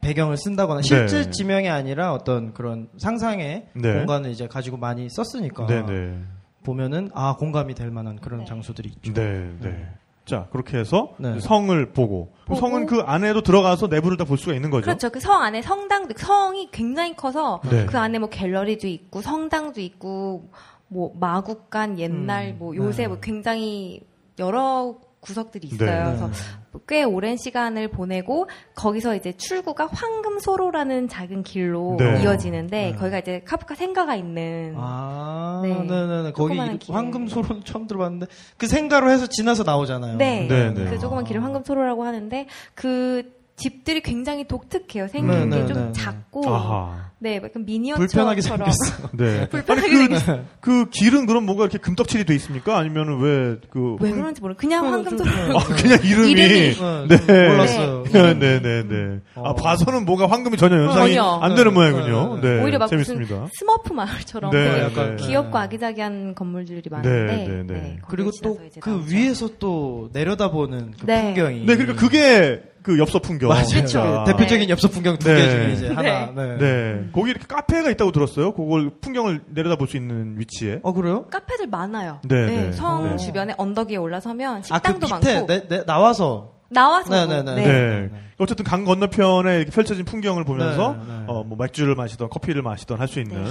배경을 쓴다거나 실제
네.
지명이 아니라 어떤 그런 상상의
네.
공간을 이제 가지고 많이 썼으니까
네, 네.
보면은 아 공감이 될 만한 그런 장소들이 있죠.
네, 네. 자, 그렇게 해서
네.
성을 보고, 그럼
보고.
성은 그 안에도 들어가서 내부를 다 볼 수가 있는 거죠.
그렇죠. 그 성 안에 성당도 성이 굉장히 커서
네.
그 안에 뭐 갤러리도 있고 성당도 있고 뭐 마국간 옛날
음,
뭐 요새
네.
뭐 굉장히 여러 구석들이
네.
있어요. 그래서
네.
꽤 오랜 시간을 보내고 거기서 이제 출구가 황금소로라는 작은 길로
네.
이어지는데
네.
거기가 이제 카프카 생가가 있는
아,
네.
네, 네, 네. 거기
조그마한
이름-
길.
황금소로는 처음 들어봤는데 그 생가로 해서 지나서 나오잖아요.
네.
네, 네.
그 조그만 길을 황금소로라고 하는데 그 집들이 굉장히 독특해요. 생긴
네,
게
네,
좀
네.
작고
아하.
네, 약간
불편하게
미니어처처럼
생겼어.
네.
불편하게
아니, 그,
생겼어요.
그 길은 그럼 뭔가 이렇게 금떡칠이 돼 있습니까? 아니면은 왜 그.
왜 그런지 모르. 그냥 황금소로.
아, 그냥 이름이.
이름이.
네, 좀
네.
몰랐어요.
네, 네, 네, 네. 아,
어.
봐서는 뭐가 황금이 전혀 연상이
전혀.
안
네,
되는 모양이군요.
네,
네.
오히려 막
재밌습니다.
무슨 스머프 마을처럼
네,
되게
약간, 네.
귀엽고 아기자기한 건물들이 많은데
네, 네, 네.
거기
그리고
지나서
또
이제
그
나오죠.
위에서 또 내려다보는 그
네.
풍경이.
네, 그러니까 그게 그 엽서 풍경.
맞아요.
진짜.
그 대표적인 엽서 풍경 두 개
네.
중에 이제
네.
하나. 네.
네. 거기 이렇게 카페가 있다고 들었어요. 그걸 풍경을 내려다 볼 수 있는 위치에.
어 그래요?
카페들 많아요.
네,
네,
네.
네.
성 주변에 언덕 위에 올라서면
아그
식당도
밑에
많고
내, 내, 나와서.
나와서
네,
뭐,
네, 네.
네.
네.
네.
어쨌든 강 건너편에 이렇게 펼쳐진 풍경을 보면서
네, 네.
어, 뭐 맥주를 마시던 커피를 마시던 할 수 있는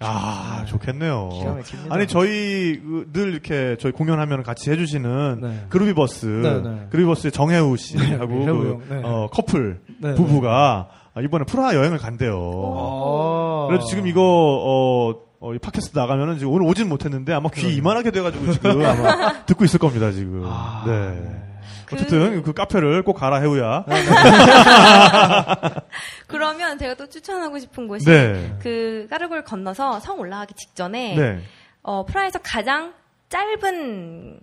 아, 좋겠네요.
기가 막힙니다.
아니 저희 그늘 이렇게 저희 공연하면 같이 해주시는
네.
그루비버스
네, 네.
그루비버스의 정혜우 씨하고
네,
그,
정혜우 형. 네.
어, 커플
네,
부부가 아, 이번에 프라하 여행을 간대요.
어.
그래서 지금 이거 어, 어, 이 팟캐스트 나가면은 지금 오늘 오진 못했는데 아마 귀 이만하게 돼가지고 지금 아마 듣고 있을 겁니다 지금.
아,
네.
그-
어쨌든 그 카페를 꼭 가라 해우야.
네,
그러면 제가 또 추천하고 싶은 곳이
네.
그 까르골 건너서 성 올라가기 직전에
네.
어, 프라하에서 가장 짧은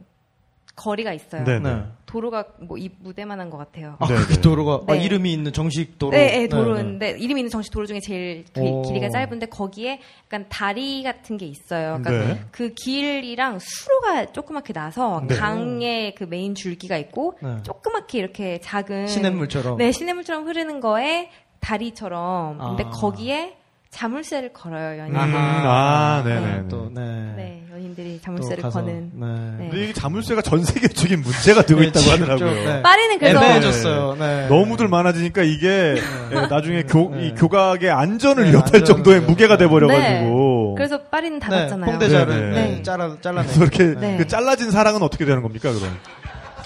거리가 있어요.
네.
네.
도로가 뭐 이 무대만한 것 같아요.
아,
네, 네.
그 도로가 아,
네.
이름이 있는 정식 도로.
네, 네,
네, 네.
도로인데 이름 있는 정식 도로 중에 제일
오.
그 길이가 짧은데 거기에 약간 다리 같은 게 있어요. 그러니까
네.
그 길이랑 수로가 조그맣게 나서
네.
강의 그 메인 줄기가 있고
네.
조그맣게 이렇게 작은
시냇물처럼.
네, 시냇물처럼 흐르는 거에 다리처럼 근데
아.
거기에 자물쇠를 걸어요 연인.
음,
들
아, 네네네.
또, 네.
네, 연인들이
또
자물쇠를
가서,
거는.
네.
네.
근데 이게 자물쇠가 전 세계적인 문제가 되고
네,
있다고
지금
하더라고요.
좀, 네.
파리는 그래서
애매해졌어요. 네.
너무들 많아지니까 이게 예, 나중에 교,
네.
이 교각의 안전을
네,
위협할
안전을
정도의
위협.
무게가 돼버려가지고.
네. 그래서 파리는
네,
닫았잖아요.
뽕대자를
네,
네.
네, 잘라 잘라내.
그래서 이렇게
네.
그 잘라진 사랑은 어떻게 되는 겁니까 그럼?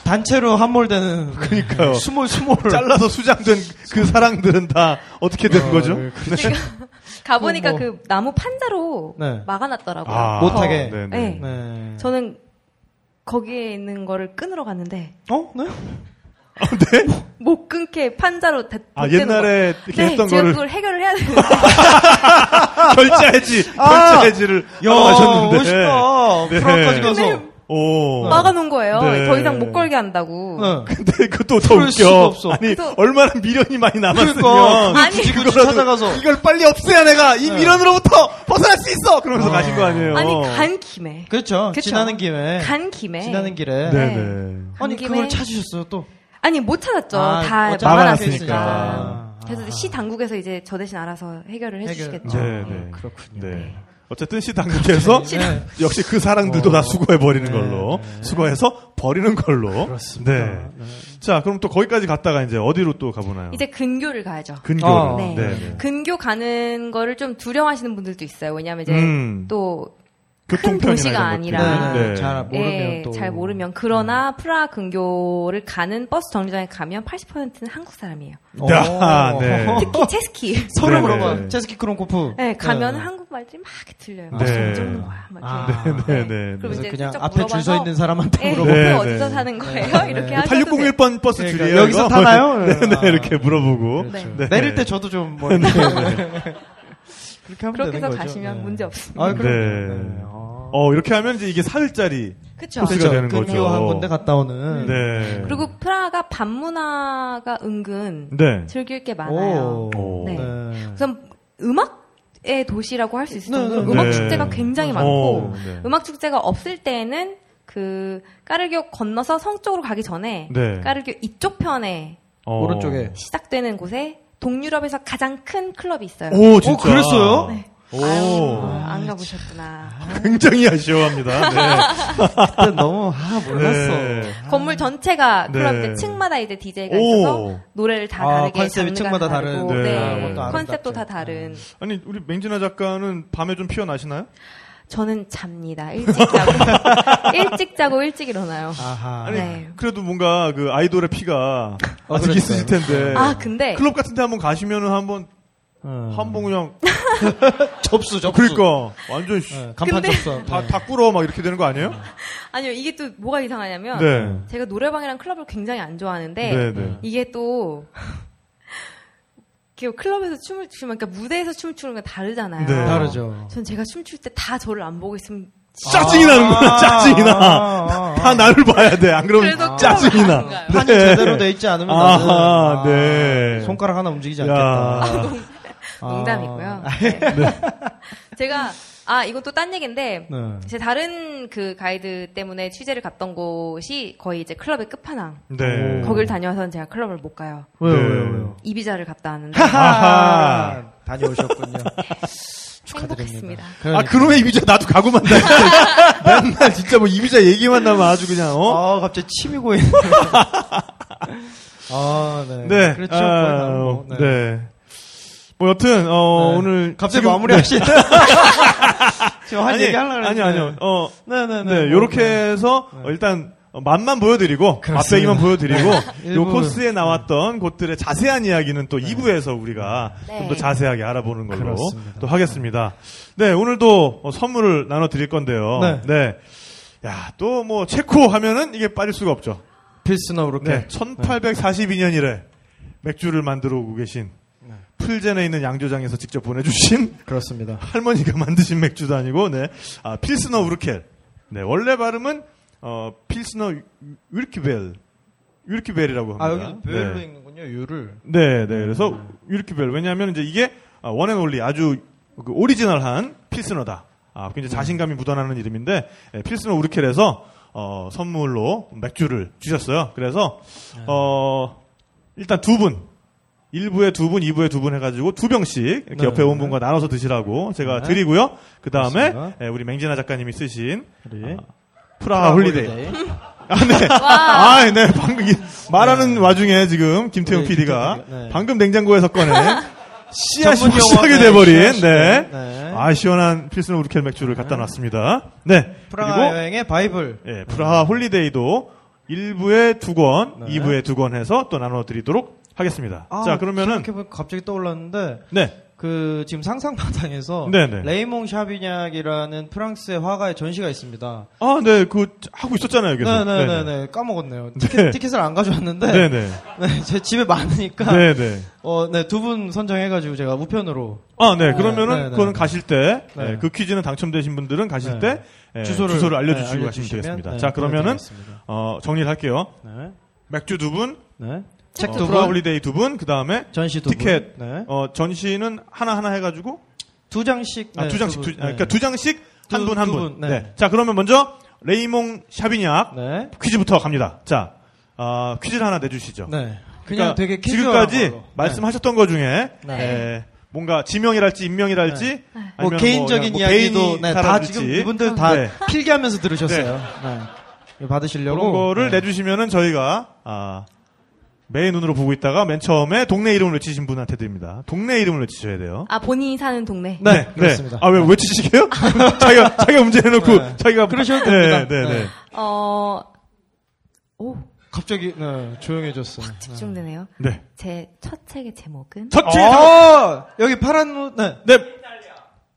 단체로
어.
함몰되는
그러니까요.
수몰 수몰을
잘라서 수장된 그 사랑들은 다 어떻게 되는
어,
거죠?
네,
네.
가보니까
뭐-
그 나무 판자로
네.
막아놨더라고요.
아,
못하게.
어,
네네.
네.
네.
저는 거기에 있는 거를 끊으러 갔는데
어? 네?
아, 네?
못 끊게 판자로 대,
아 옛날에 이렇게
네,
했던
제가
거를
그걸 해결을 해야 되는데
결제해지
아!
결제해지를
야,
하러 가셨는데.
멋있다.
네.
프랑까지 가서.
오.
어. 막아놓은 거예요.
네.
더 이상 못 걸게 한다고.
네.
근데 그것도 더
풀 수가
웃겨.
없어.
아니
그래서-
얼마나 미련이 많이 남았으면
그러니까
아니.
굳이 굳이
그거라도
찾아가서
이걸 빨리 없애야 내가 이
네.
미련으로부터 벗어날 수 있어. 그러면서 가신 거 아니에요?
아니 간 김에
그렇죠.
그쵸.
지나는 김에
간 김에
지나는 길에
네네.
네.
아니
간 김에-
그걸 찾으셨어요 또.
아니 못 찾았죠.
아,
다
어차피
막아놨으니까.
막아놨으니까.
아,
그래서 이제 시 당국에서 이제 저 대신 알아서 해결을 해주시겠죠.
아. 네, 네.
그렇군요.
네. 어쨌든 시 당국에서
네.
역시 그 사람들도
어.
다 수거해 버리는
네,
걸로
네.
수거해서 버리는 걸로.
그렇습니다.
네. 자, 그럼 또 거기까지 갔다가 이제 어디로 또 가보나요?
이제 근교를 가야죠.
근교.
어.
네.
네.
네.
근교 가는 거를 좀 두려워하시는 분들도 있어요. 왜냐하면 이제
음.
또
교통편이나
도시가
이런 것들.
아니라.
네.
잘
예,
모르면 또
잘 모르면 그러나 프라하 근교를 가는 버스 정류장에 가면 80%는 한국 사람이에요.
어.
야, 네.
특히 체스키.
서로
네,
그런
네.
거. 체스키 크롬코프.
네, 가면
네.
한국말들이 막 들려요.
네.
버스 안 잡는 거야. 막
아.
이렇게.
네, 네. 네.
그럼
그래서
이제
그냥
직접
앞에 줄 서
물어봐서
있는 사람한테
네,
물어보고.
네,
네,
네.
어디서 사는 거예요?
네.
이렇게 하셔도
8601번 버스
그러니까
줄이에요.
여기서
이거?
타나요?
네, 네,
아.
이렇게 물어보고.
네.
그렇죠.
네.
내릴 때 저도 좀뭐 그렇게 하면
그렇게
되는
해서
거죠.
가시면
네.
문제 없습니다.
아,
네.
그럼 네. 어.
어, 이렇게 하면 이제 이게 사흘짜리.
그렇죠.
코스가
그렇죠.
되는
그
거죠.
교환 군데 갔다 오는.
음,
네.
그리고 프라하가 반문화가 은근
네.
즐길 게 많아요.
오.
네.
네.
우선 음악의 도시라고 할 수 있을 정도로
네, 네,
음악
네.
축제가 굉장히
어,
많고
네.
음악 축제가 없을 때에는 그 까르교 건너서 성 쪽으로 가기 전에
네.
까르교 이쪽 편에
어.
오른쪽에.
시작되는 곳에 동유럽에서 가장 큰 클럽이 있어요.
오, 진짜.
어, 그랬어요?
네.
오. 아.
아유, 안 가보셨구나.
굉장히 아쉬워합니다. 네.
그때 너무 아 몰랐어.
네.
건물 전체가
네.
클럽인데 층마다 이제 DJ가
오.
있어서 노래를 다
아,
다르게
컨셉이
장르가
층마다
다르고,
다른,
네.
네.
아, 그것도 아름답죠.
컨셉도 다
음.
다른.
아니, 우리 맹진아 작가는 밤에 좀 피어나시나요?
저는 잡니다. 일찍 자고 일찍 자고 일찍 일어나요.
아하.
아니,
네.
그래도 뭔가 그 아이돌의 피가
어,
아직
그렇죠.
있으실 텐데.
아 근데
클럽 같은 데 한번 가시면은 한번,
음.
한번 그냥,
접수 접수.
그러니까, 완전, 씨,
네, 간판
근데-
접수.
다, 다 꿇어, 막 이렇게 되는 거 아니에요?
아니요 이게 또 뭐가
그러니까.
이상하냐면
네.
제가 노래방이랑 클럽을 굉장히 안 좋아하는데
네,
음.
네.
이게 또 이렇게 클럽에서 춤을 추면 그러니까 무대에서 춤을 추는 건 다르잖아요.
네.
다르죠.
전 제가 춤출 때 다 저를 안 보고 있으면
짜증이 나는구나, 짜증이 나.
아, 아, 아.
다 나를 봐야 돼. 안 그러면
그래도
짜증이 나.
그런가요?
판이
네.
제대로 돼 있지 않으면 나는
아하,
아,
네.
손가락 하나 움직이지
야. 네.
않겠다. 아.
농담이고요. 네. 제가 아 이건 또 딴 얘기인데
네.
제 다른 그 가이드 때문에 취재를 갔던 곳이 거의 이제 클럽의 끝판왕.
네.
거길 다녀와서는 제가 클럽을 못 가요.
왜요
네.
왜요 왜요.
이비자를 갔다 왔는데
아하. 다녀오셨군요. 그러니까.
행복했습니다.
아, 그놈의 이비자 나도 가고만 다 맨날 진짜 뭐 이비자 얘기만 나면 아주 그냥, 어?
아, 갑자기 침이 고이네. 아, 네.
네.
그렇죠. 거의
아,
다 뭐,
네. 뭐, 여튼, 어,
네.
오늘.
갑자기
지금-
마무리 하시네. 지금 한
아니,
얘기 하려고
아니, 아니요. 어,
네네네. 네.
네, 요렇게 해서 어, 일단 어, 맛만 보여드리고
그렇습니다. 네.
맛배기만 보여드리고 요
일부. 네.
코스에 나왔던 곳들의 자세한 이야기는 또 2부에서 우리가
네.
좀 더 자세하게 알아보는 걸로
그렇습니다.
또 하겠습니다. 네, 오늘도 어, 선물을 나눠드릴 건데요.
네.
야, 또 뭐 체코 하면은 이게 빠질 수가 없죠.
필수나
네,
이렇게.
1842년이래 맥주를 만들어 오고 계신
네.
풀젠에 있는 양조장에서 직접 보내주신
그렇습니다.
할머니가 만드신 맥주도 아니고, 네. 아, 필스너 우르켈. 네, 원래 발음은, 어, 필스너 위르키벨. 위르키벨이라고 합니다.
아, 여기 별로
네.
있는군요, 유를.
네, 네. 그래서 위르키벨. 왜냐하면 이제 이게 아, 원앤 올리 아주 그 오리지널한 필스너다. 아, 굉장히 자신감이 묻어나는 이름인데, 예, 필스너 우르켈에서, 어, 선물로 맥주를 주셨어요. 그래서, 어, 일단 두 분. 1부에 두 분, 2부에 두 분 해가지고 두 병씩 이렇게
네.
옆에 온 분과 나눠서 드시라고 제가
네.
드리고요. 그 다음에
그렇습니다.
우리 맹진아 작가님이 쓰신
우리.
프라하 아, 홀리데이. 아, 네. 아, 네. 방금 이- 말하는 와중에 지금 김태훈
네,
PD가
김태훈 PD가, 네.
방금 냉장고에서 꺼낸 씨앗이
전문
확실하게
용어, 네,
돼버린
씨앗이
네.
돼. 네.
아 시원한 필스너 우르켈 맥주를 갖다 놨습니다. 네.
프라하
그리고
여행의 바이블.
예, 프라하 홀리데이도 1부에 두 권,
네. 아,
2부에 두 권 해서 또 나눠드리도록 하겠습니다. 자 그러면은
이렇게 갑자기 떠올랐는데
네,
그 지금 상상 바탕에서
네네.
레이몽 샤비냑이라는 프랑스의 화가의 전시가 있습니다.
아, 네, 그 하고 있었잖아요. 그래서.
네네네 네 까먹었네요.
뭐, 네.
티켓, 을안 가져왔는데
네, 네,
네, 그러니까 제 집에 많으니까
네, 네.
어네두 분 선정해가지고 제가 우편으로
아, 네. 그러면은
네, 네,
그거는
네.
가실 때,
네.
예, 그 퀴즈는 당첨되신 분들은 가실
네.
때 예, 주소를,
주소를,
알려주시고
네,
가시면
알려주시면,
되겠습니다.
네,
자, 그러면은
보내드리겠습니다. 네,
어, 정리를 할게요. 맥주 두 분,
네네책 두
프라
분,
홀리데이 두 분, 그 다음에
전시 두
티켓.
분, 네.
어, 전시는 하나 하나 해가지고
두 장씩
아,
네,
두 장씩, 두,
분,
아,
네.
그러니까 두 장씩 한
두-
분 한
두
분.
분,
네.
네.
자, 그러면 먼저 레이몽 샤비냑
네.
퀴즈부터 갑니다. 자, 어, 퀴즈를 아, 하나 내주시죠.
네. 그냥 되게 캐주얼한
지금까지
걸로.
말씀하셨던 것 중에
네.
예, 뭔가 지명이랄지 인명이랄지 아니면
뭐 개인적인
그냥 뭐
이야기도
개인이
네, 다
사람일지
지금 이분들 다
네.
필기하면서 들으셨어요. 네. 이거 받으시려고
그런 거를
네.
내주시면은 저희가 아, 매의 눈으로 보고 있다가 맨 처음에 동네 이름을 외치신 분한테 드립니다. 동네 이름을 외치셔야 돼요.
아 본인이 사는 동네.
네, 그렇습니다.
아, 왜 외치시게요? 자기가, 자기가 문제 내놓고,
네.
자기가.
그러셔도
네,
됩니다.
네, 네.
네.
어. 오
갑자기 네, 조용해졌어요.
집중되네요.
네.
제 첫 책의 제목은
첫
네.
째,
어, 여기 파란 옷 네.
네.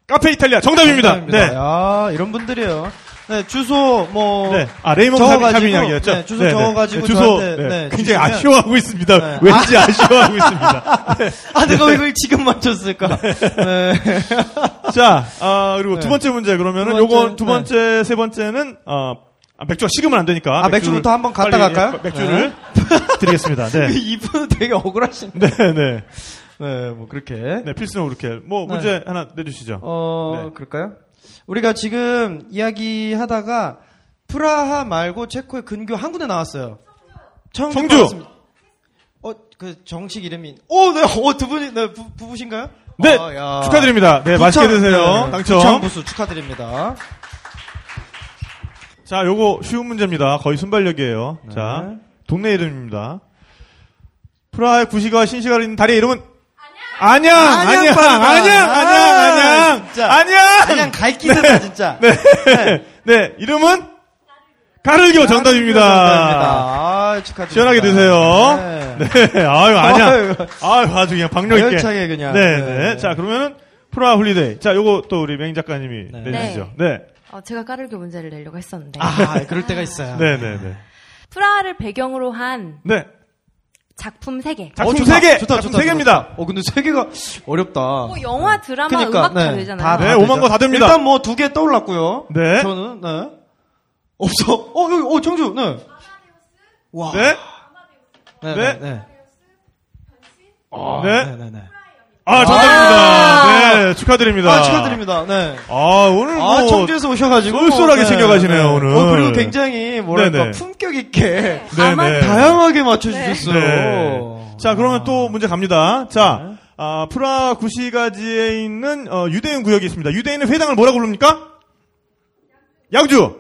카페 이탈리아. 정답입니다.
감사합니다. 어.
네.
야, 이런 분들이에요. 네, 주소 뭐
네. 아, 레이몬
적어가지고,
카빈이었죠?
네, 주소 적어가지고
주소,
저한테,
네.
네,
굉장히
주시면-
아쉬워하고 있습니다.
네.
왠지 아. 쉬워 하고 있습니다. 네.
아, 내가 왜 이걸 지금 맞췄을까? 네.
자, 아, 그리고
네.
두 번째 문제 그러면은
두
요건
번째, 네.
두 번째, 세 번째는, 어, 아, 맥주가 식으면 안 되니까.
아, 맥주부터 한번 갔다
빨리 예,
갈까요?
맥주를 드리겠습니다. 네.
이분은 되게 억울하신.
네, 네.
네, 뭐 그렇게.
네, 필승으로 이렇게. 뭐,
네.
문제 하나 내주시죠.
어,
네.
그럴까요? 우리가 지금 이야기하다가 프라하 말고 체코의 근교 한 군데 나왔어요. 청주.
청주!
나왔습니다. 어, 그 정식 이름이. 오, 네, 어, 두 분이 네, 부, 부부신가요?
네,
아, 야.
축하드립니다. 네,
부창-
맛있게 드세요.
네, 네.
당첨.
부창 부수 축하드립니다.
자, 요거 쉬운 문제입니다. 거의 순발력이에요.
네.
자, 동네 이름입니다. 프라하의 구시가와 신시가를 잇는 다리의 이름은 안양! 안양!
안양빵이다.
안양!
아,
안양! 안양!
진짜.
안양!
그냥 갈 길이다 진짜.
네. 네. 네, 이름은 가르교 정답입니다.
아, 축하드립니다.
시원하게 드세요.
네.
네. 아유, 안양.
아유.
아유, 아주 그냥 박력 있게.
열차게 그냥.
네, 네.
네, 네.
자, 그러면은 프라하 홀리데이. 자, 요거 또 우리 맹 작가님이
네.
내주시죠. 네.
어, 제가 까르교 문제를 내려고 했었는데
아, 그럴 때가 있어요.
네, 네, 네.
프라하를 배경으로 한
네.
작품 세 개.
작품
어, 좋다.
세 개!
좋다,
작품
좋다,
세 개입니다.
좋다. 어, 근데 세 개가 어렵다.
뭐 영화, 드라마,
그러니까,
음악 다
네.
되잖아요.
다,
네,
다
오만
되죠.
거다 됩니다.
일단 뭐 두 개 떠올랐고요.
네.
저는 네. 없어. 어, 여기 어 청주. 네. 와.
네.
네.
네.
네. 네.
아,
네.
네.
네. 네.
아, 정답입니다. 네, 축하드립니다.
아, 축하드립니다. 네.
아, 오늘 뭐.
아, 청주에서 오셔가지고.
쏠쏠하게 챙겨가시네요, 오늘.
어, 그리고 굉장히, 뭐랄까,
네, 네.
품격있게.
네, 네.
다양하게 맞춰주셨어요.
네. 자, 그러면 또 문제 갑니다.
네.
자, 아, 프라 구시가지에 있는 어, 유대인 구역이 있습니다. 유대인의 회당을 뭐라고 부릅니까? 양주.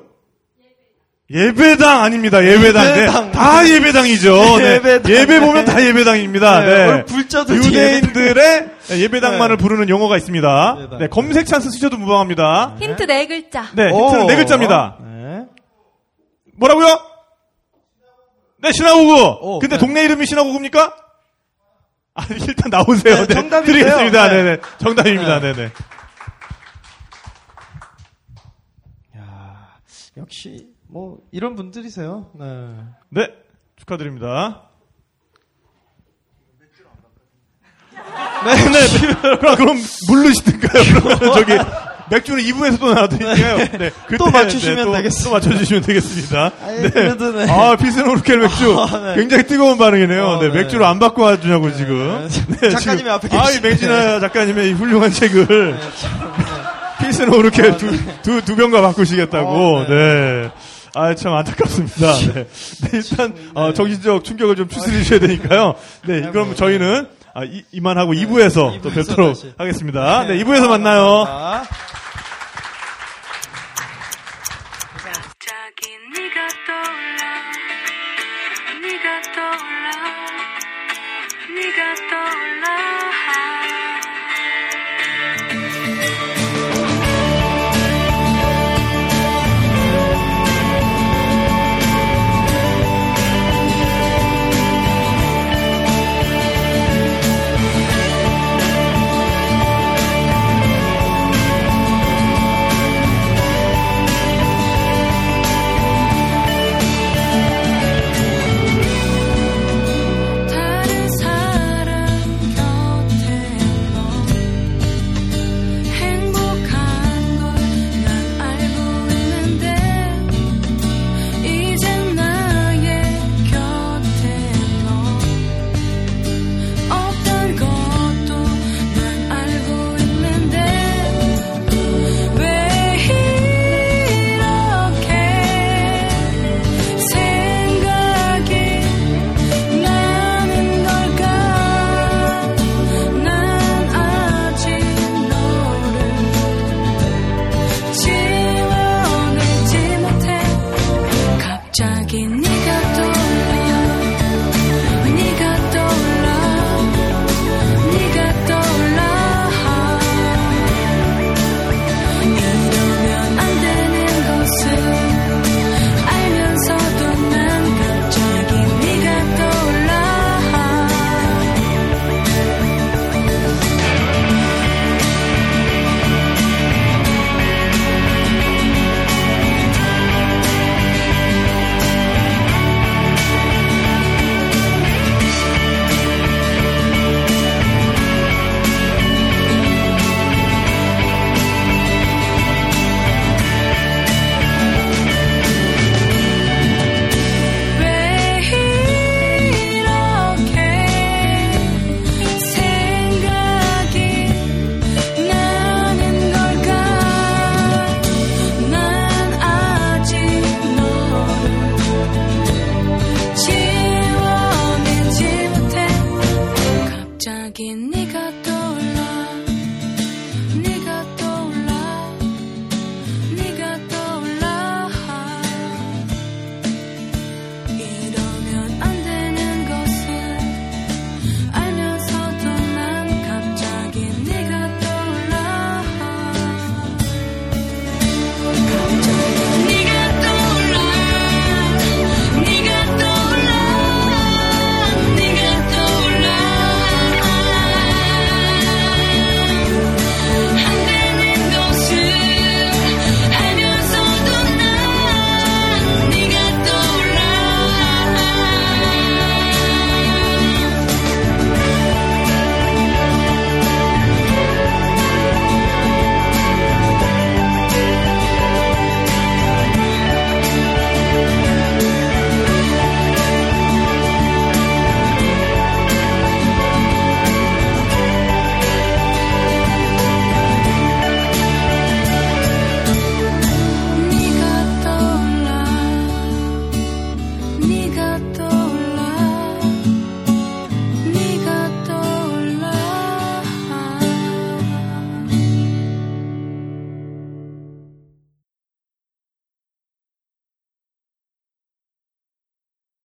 예배당 아닙니다. 예배당. 네,
예배당.
다 예배당이죠. 네,
예배당.
예배 보면 다 예배당입니다.
네,
네.
오늘 불자도 네.
유대인들의 네, 예배당만을 부르는 용어가 있습니다.
예배당.
네, 검색 찬스 쓰셔도 무방합니다.
힌트 네 글자.
네, 힌트는 네 글자입니다.
어. 네.
뭐라고요? 네, 신화고구.
오,
근데
네.
동네 이름이 신화고구입니까? 아, 일단 나오세요.
네, 정답인데요.
드리겠습니다. 네,
네.
네. 정답입니다. 네, 네.
야, 역시 뭐 이런 분들이세요. 네.
네. 축하드립니다. 네, 네. 그럼, 그럼 물르시든가요? 그러면 저기 맥주는 2부에서 또 나와드릴게요. 네. 그때,
또 맞추시면
또-
되겠습니다.
또 맞춰주시면 되겠습니다.
아이, 그래도 네.
아, 피스는 오르켈 맥주.
아, 네.
굉장히 뜨거운 반응이네요.
어,
네,
네.
맥주를 안 바꿔 와주냐고, 지금.
네.
네,
작가님이
지금.
앞에
아, 이
계시네. 네.
맥주나 작가님의 이 훌륭한 책을. 피스는 오르켈
아,
두, 두, 두 병과 바꾸시겠다고.
어,
네. 아, 참 안타깝습니다. 네. 네, 일단, 어, 정신적 충격을 좀 추스리셔야 되니까요. 네, 그럼 저희는, 아, 이, 만하고 2부에서 또
네. 이부에서
뵙도록
다시. 아,
하겠습니다. 네, 2부에서 만나요.
감사합니다.
뭐뭐